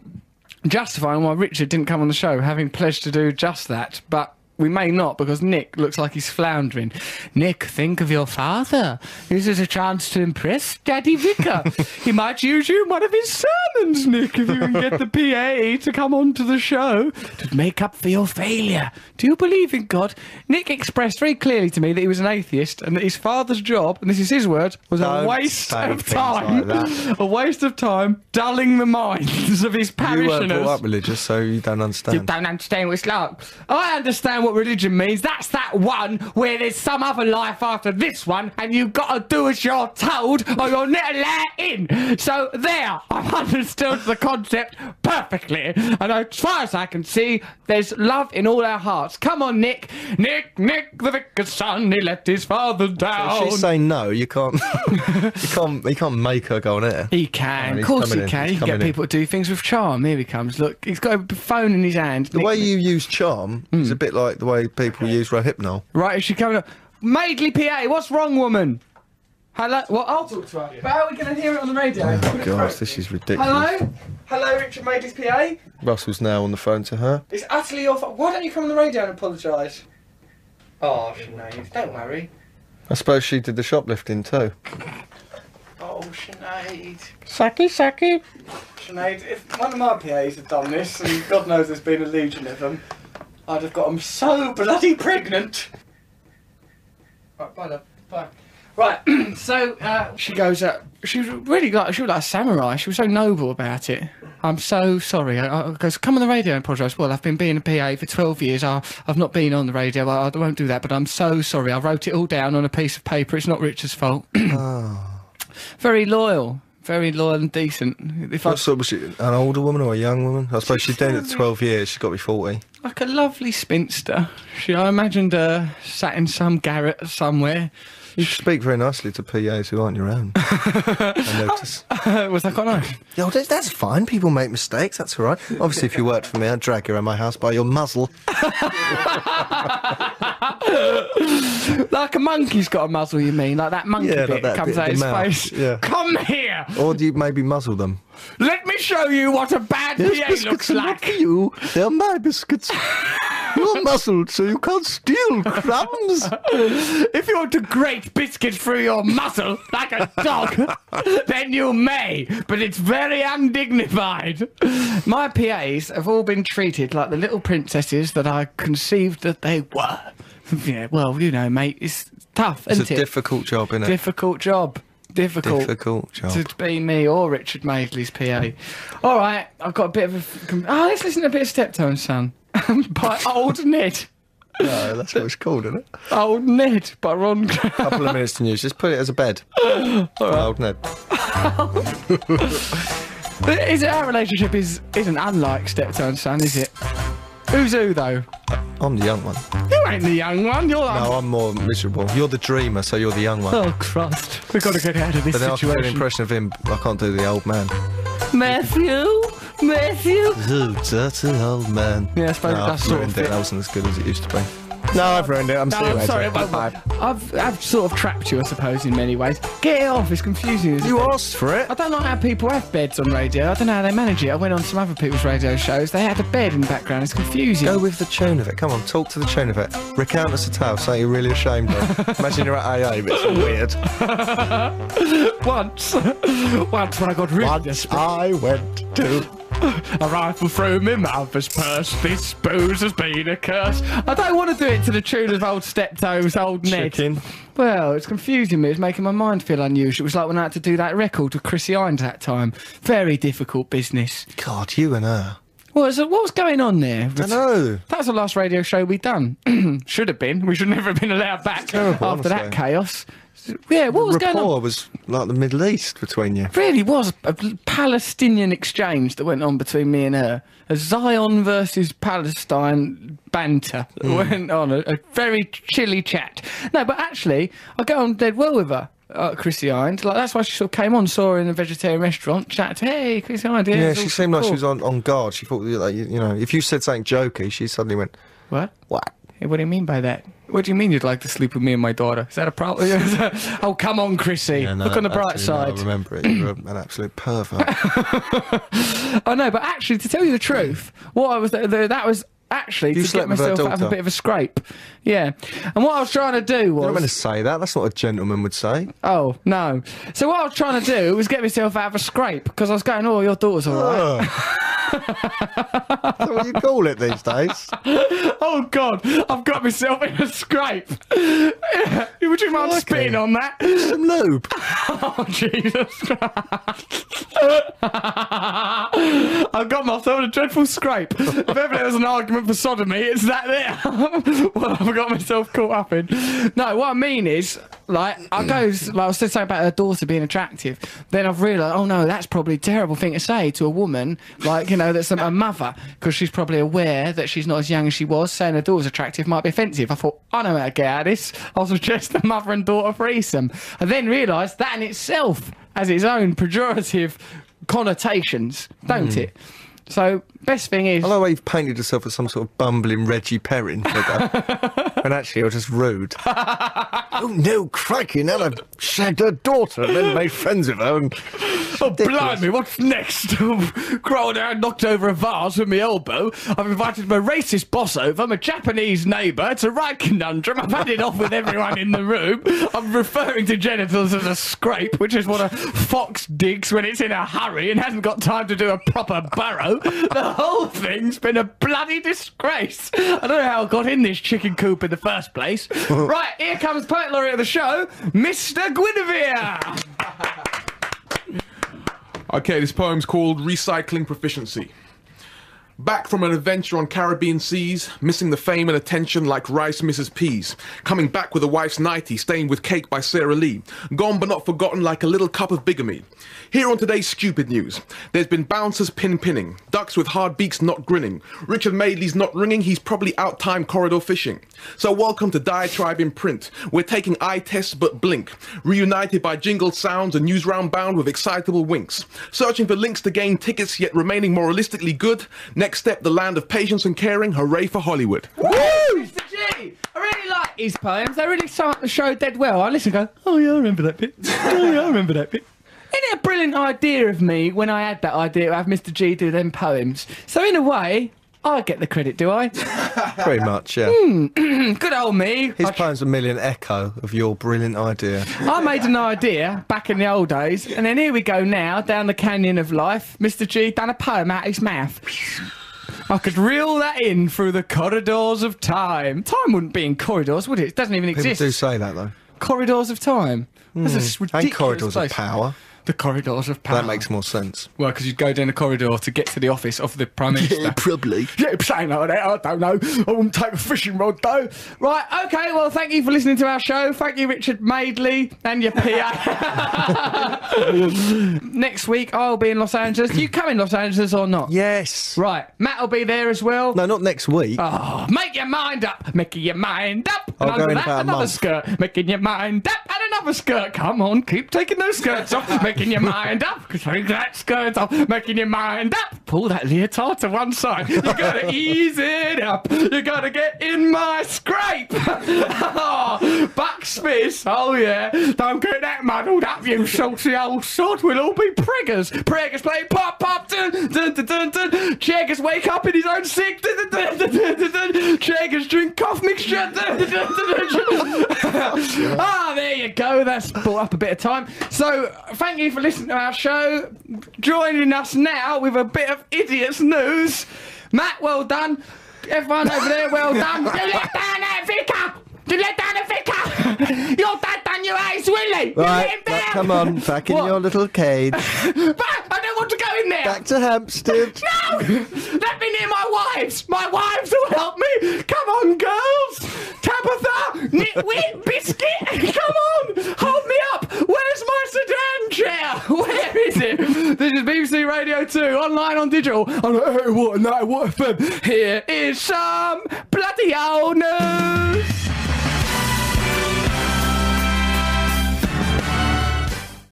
Speaker 2: justifying why Richard didn't come on the show, having pledged to do just that, but. We may not because Nick looks like he's floundering. Nick, think of your father. This is a chance to impress Daddy Vicar. he might use you in one of his sermons, Nick, if you can get the PA to come on to the show to make up for your failure. Do you believe in God? Nick expressed very clearly to me that he was an atheist and that his father's job, and this is his word, was
Speaker 3: Don't
Speaker 2: a waste
Speaker 3: say
Speaker 2: of
Speaker 3: things
Speaker 2: time.
Speaker 3: like that.
Speaker 2: a waste of time dulling the minds of his
Speaker 3: You
Speaker 2: parishioners.
Speaker 3: weren't brought up religious, so you don't understand.
Speaker 2: You don't understand what it's like. I understand what religion means. That's that one where there's some other life after this one, and you've got to do as you're told, or you're not allowed in. So there, I've understood the concept perfectly, and as far as I can see, there's love in all our hearts. Come on, Nick, Nick, Nick, the vicar's son, he let his father down.
Speaker 3: If she's saying no, you can't. you can't. You can't make her go on air.
Speaker 2: He can,
Speaker 3: Oh,
Speaker 2: of
Speaker 3: he's
Speaker 2: course
Speaker 3: coming
Speaker 2: he
Speaker 3: in,
Speaker 2: can.
Speaker 3: he's
Speaker 2: He can get
Speaker 3: coming in.
Speaker 2: people to do things with charm. Here he comes. Look, he's got a phone in his hand.
Speaker 3: The way you use charm is a bit like the way people use rohypnol.
Speaker 2: Right, is she coming up? Maidley PA, what's wrong, woman? Hello? Well, I'll talk to her. But how are we going to hear it on the radio? Put it
Speaker 3: God,
Speaker 2: through.
Speaker 3: Oh, this is ridiculous.
Speaker 2: Hello? Hello, Richard Maidley's PA?
Speaker 3: Russell's now on the phone to her.
Speaker 2: It's utterly your fault. Why don't you come on the radio and apologise? Oh, Sinead, don't worry.
Speaker 3: I suppose she did the shoplifting too.
Speaker 2: Oh, Sinead. Sucky, sucky. Sinead, if one of my PAs had done this, and God knows there's been a legion of them, I'd have got them so bloody pregnant. Right, bye, love. Bye. Right, so uh, she goes. Uh, she was really like she was like a samurai. She was so noble about it. I'm so sorry. I, I goes, come on the radio and apologise. Well, I've been being a PA for 12 years. I, I've not been on the radio. I, I won't do that. But I'm so sorry. I wrote it all down on a piece of paper. It's not Richard's fault. Very loyal. Very loyal and decent. If I,
Speaker 3: What sort was she? An older woman or a young woman? I suppose she's doing it at 12 years. She's got to be 40.
Speaker 2: like a lovely spinster. She, I imagined her sat in some garret somewhere.
Speaker 3: You speak very nicely to PAs who aren't your own. I notice.
Speaker 2: Was that quite nice?
Speaker 3: Yo, that's, Oh, that's fine. People make mistakes. That's all right. Obviously, if you worked for me, I'd drag you around my house by your muzzle.
Speaker 2: like a monkey's got a muzzle, you mean? Like that monkey
Speaker 3: Yeah,
Speaker 2: bit
Speaker 3: like that
Speaker 2: comes
Speaker 3: bit,
Speaker 2: out
Speaker 3: the
Speaker 2: his
Speaker 3: mouth,
Speaker 2: face.
Speaker 3: yeah.
Speaker 2: Come here!
Speaker 3: Or do you maybe muzzle them?
Speaker 2: Let me show you what a bad PA looks like.
Speaker 3: you. They're my biscuits. You're muzzled, so you can't steal crumbs.
Speaker 2: if you want to grate biscuit through your muzzle like a dog, then you may, but it's very undignified. My PAs have all been treated like the little princesses that I conceived that they were. yeah, well, you know, mate, it's tough,
Speaker 3: It's
Speaker 2: isn't
Speaker 3: a
Speaker 2: it?
Speaker 3: difficult job, isn't it?
Speaker 2: Difficult job. Difficult.
Speaker 3: Difficult job.
Speaker 2: To be me or Richard Madeley's PA. All right, I've got a bit of a. f- com- Oh, let's listen to a bit of Steptoe Son by Old Ned.
Speaker 3: no, Oh, that's what it's called, isn't it?
Speaker 2: Old Ned by Ron. Gra-
Speaker 3: couple of minutes to news. Just put it as a bed. Old Ned.
Speaker 2: is it our relationship is isn't unlike Steptoe and Son, is it? Who's who though?
Speaker 3: I'm the young one.
Speaker 2: You ain't the young one. You're like,
Speaker 3: No, I'm more miserable. You're the dreamer, so you're the young one.
Speaker 2: oh Christ, we've got to get out of this
Speaker 3: But then I can do an
Speaker 2: situation.
Speaker 3: impression of him. I can't do the old man.
Speaker 2: Matthew, Matthew.
Speaker 3: You dirty old man.
Speaker 2: Yeah, I suppose
Speaker 3: no,
Speaker 2: that's
Speaker 3: I've
Speaker 2: sort
Speaker 3: ruined
Speaker 2: of
Speaker 3: it.
Speaker 2: it.
Speaker 3: That wasn't as good as it used to be. No, I've ruined it. I'm
Speaker 2: No,
Speaker 3: still
Speaker 2: I'm sorry. But I've I've sort of trapped you, I suppose, in many ways. Get it off. It's confusing. Isn't
Speaker 3: You
Speaker 2: it?
Speaker 3: asked for it.
Speaker 2: I don't like how people have beds on radio. I don't know how they manage it. I went on some other people's radio shows. They had a bed in the background. It's confusing.
Speaker 3: Go with the tune of it. Come on, talk to the tune of it. Recount us a tale, something you're really ashamed of. Imagine you're at AA, but it's weird.
Speaker 2: once, once when I got rid of this,
Speaker 3: I went to.
Speaker 2: a rifle through my mother's purse. This booze has been a curse. I don't want to do it to the tune of old Steptoe's old Ned.
Speaker 3: Chicken.
Speaker 2: Well, it's confusing me. It's making my mind feel unusual. It was like when I had to do that record with Chrissy Hines that time. Very difficult business.
Speaker 3: God, you and her.
Speaker 2: What was, what was going on there?
Speaker 3: I know.
Speaker 2: That was the last radio show we'd done. should have been. We should never have been allowed back
Speaker 3: terrible,
Speaker 2: after that
Speaker 3: honestly.
Speaker 2: chaos. Yeah, what was going
Speaker 3: Rapport
Speaker 2: on?
Speaker 3: was like the Middle East between you.
Speaker 2: Really was a Palestinian exchange that went on between me and her. A Zion versus Palestine banter that
Speaker 3: Hmm.
Speaker 2: went on. A, a very chilly chat. No, but actually, I get on dead well with her. Uh, Chrissy Hines, like that's why she sort of came on, saw her in a vegetarian restaurant, chatted, "Hey, Chrissy Hines."
Speaker 3: Yeah,
Speaker 2: it's
Speaker 3: she
Speaker 2: all
Speaker 3: seemed like she
Speaker 2: cool."
Speaker 3: was on, on guard. She thought, like, you, you know, if you said something jokey, she suddenly went,
Speaker 2: What?
Speaker 3: what?
Speaker 2: Hey, what do you mean by that? What do you mean you'd like to sleep with me and my daughter? Is that a problem? oh, come on, Chrissy.
Speaker 3: Yeah, no,
Speaker 2: Look on the bright
Speaker 3: actually, no,
Speaker 2: side.
Speaker 3: I remember it. You're an absolute pervert.
Speaker 2: I know, Oh, but actually, to tell you the truth, what I was th- th- that was actually
Speaker 3: You
Speaker 2: to
Speaker 3: slept
Speaker 2: get
Speaker 3: with her
Speaker 2: myself out of a
Speaker 3: daughter?
Speaker 2: bit of a scrape. Yeah, and what I was trying to do
Speaker 3: I'm not
Speaker 2: was
Speaker 3: going to say that. That's not what a gentleman would say.
Speaker 2: oh no. So what I was trying to do was get myself out of a scrape because I was going, oh, your daughter's all right.
Speaker 3: Ugh. That's what you call it these days.
Speaker 2: Oh God, I've got myself in a scrape. Would you mind
Speaker 3: Crikey.
Speaker 2: spitting on that?
Speaker 3: Some lube.
Speaker 2: oh, Jesus Christ. I've got myself in a dreadful scrape. if ever there was an argument for sodomy, it's that there. well, I've got myself caught up in. No, what I mean is, like, I go, like, I was just saying about her daughter being attractive. Then I've realised, oh no, that's probably a terrible thing to say to a woman, like, you know, that's a, a mother, because she's probably aware that she's not as young as she was. Saying her daughter's attractive might be offensive. I thought, I know how to get out of this. I'll suggest a mother and daughter threesome. I then realised that in itself has its own pejorative connotations, don't
Speaker 3: Mm.
Speaker 2: it? So, best thing is.
Speaker 3: I love how you've painted yourself as some sort of bumbling Reggie Perrin figure. and actually, you're just rude. oh, no, crikey, now I've shagged her daughter and then made friends with her. And...
Speaker 2: Oh, blimey, what's next? Crawled out, knocked over a vase with my elbow. I've invited my racist boss over, my Japanese neighbour. It's a right conundrum. I've had it off with everyone in the room. I'm referring to genitals as a scrape, which is what a fox digs when it's in a hurry and hasn't got time to do a proper burrow. The whole thing's been a bloody disgrace. I don't know how I got in this chicken coop in the first place. right, here comes Poet Laureate of the show, Mr. Guinevere.
Speaker 12: Okay, this poem's called Recycling Proficiency. Back from an adventure on Caribbean seas, missing the fame and attention like rice misses peas. Coming back with a wife's nightie, stained with cake by Sarah Lee. Gone but not forgotten like a little cup of bigamy. Here on today's stupid news, there's been bouncers pin pinning, ducks with hard beaks not grinning. Richard Madeley's not ringing, he's probably out time corridor fishing. So welcome to Diatribe in print. We're taking eye tests but blink. Reunited by jingled sounds and news round bound with excitable winks. Searching for links to gain tickets yet remaining moralistically good. Next step, the land of patience and caring. Hooray for Hollywood.
Speaker 2: Mr. G! I really like his poems. They really sum up the show dead well. I listen and go, oh yeah, I remember that bit. Oh yeah, I remember that bit. Isn't it a brilliant idea of me when I had that idea to have Mr. G do them poems? So in a way, I get the credit, do I?
Speaker 3: Pretty much, yeah.
Speaker 2: Hmm, Good old me.
Speaker 3: His poem's a million echo of your brilliant idea.
Speaker 2: I made an idea back in the old days, and then here we go now, down the canyon of life. Mr. G done a poem out his mouth. I could reel that in through the corridors of time. Time wouldn't be in corridors, would it? It doesn't even
Speaker 3: People
Speaker 2: exist.
Speaker 3: do say that, though.
Speaker 2: Corridors of time. That's a
Speaker 3: Hmm.
Speaker 2: s-
Speaker 3: And
Speaker 2: ridiculous
Speaker 3: corridors of
Speaker 2: place.
Speaker 3: power.
Speaker 2: The corridors of power.
Speaker 3: That makes more sense.
Speaker 2: Well, because you'd go down the corridor to get to the office of the Prime Minister. Yeah,
Speaker 3: probably.
Speaker 2: Yeah, saying like that, I don't know. I wouldn't take a fishing rod, though. Right, okay, well, thank you for listening to our show. Thank you, Richard Madeley and your PA. Next week, I'll be in Los Angeles. Do you come in Los Angeles or not?
Speaker 3: Yes.
Speaker 2: Right, Matt will be there as well.
Speaker 3: No, not next week.
Speaker 2: Oh, make your mind up. Making your mind up. And
Speaker 3: I'll go
Speaker 2: under
Speaker 3: in
Speaker 2: that,
Speaker 3: about a
Speaker 2: another
Speaker 3: month.
Speaker 2: skirt. Making your mind up. And another skirt. Come on, keep taking those skirts off. Making your mind up. Take that skirt off. Making your mind up. Pull that leotard to one side. You gotta ease it up. You gotta get in my scrape. oh, Buck Smith. Oh yeah. Don't get that muddled up, you saucy old sod. We'll all be priggers. Priggers play pop pop dun dun dun dun dun. Cheggers wake up in his own sick. Dun, dun, dun, dun, dun, dun, dun. Cheggers drink cough mixture. Dun, dun, dun, dun, dun. Ah, there you go. That's brought up a bit of time. So thank you for listening to our show. Joining us now with a bit of idiots news. Matt, well done. Everyone over there, well done. You let down that vicar. You let down the vicar. Your dad done your eyes, Willie. You let
Speaker 4: Right,
Speaker 2: him
Speaker 4: right,
Speaker 2: down.
Speaker 4: come on, back in your little cage.
Speaker 2: But I don't want to go in there.
Speaker 4: Back to Hampstead.
Speaker 2: No! Let me near my wives! My wives will help me! Come on, girls! Tabitha! Nitwit! Biscuit! Come on! Hold me up! Where's my sedan chair? Where is it? This is BBC Radio 2, online on digital. On hey, what, no, what, FM. Here is some bloody old news!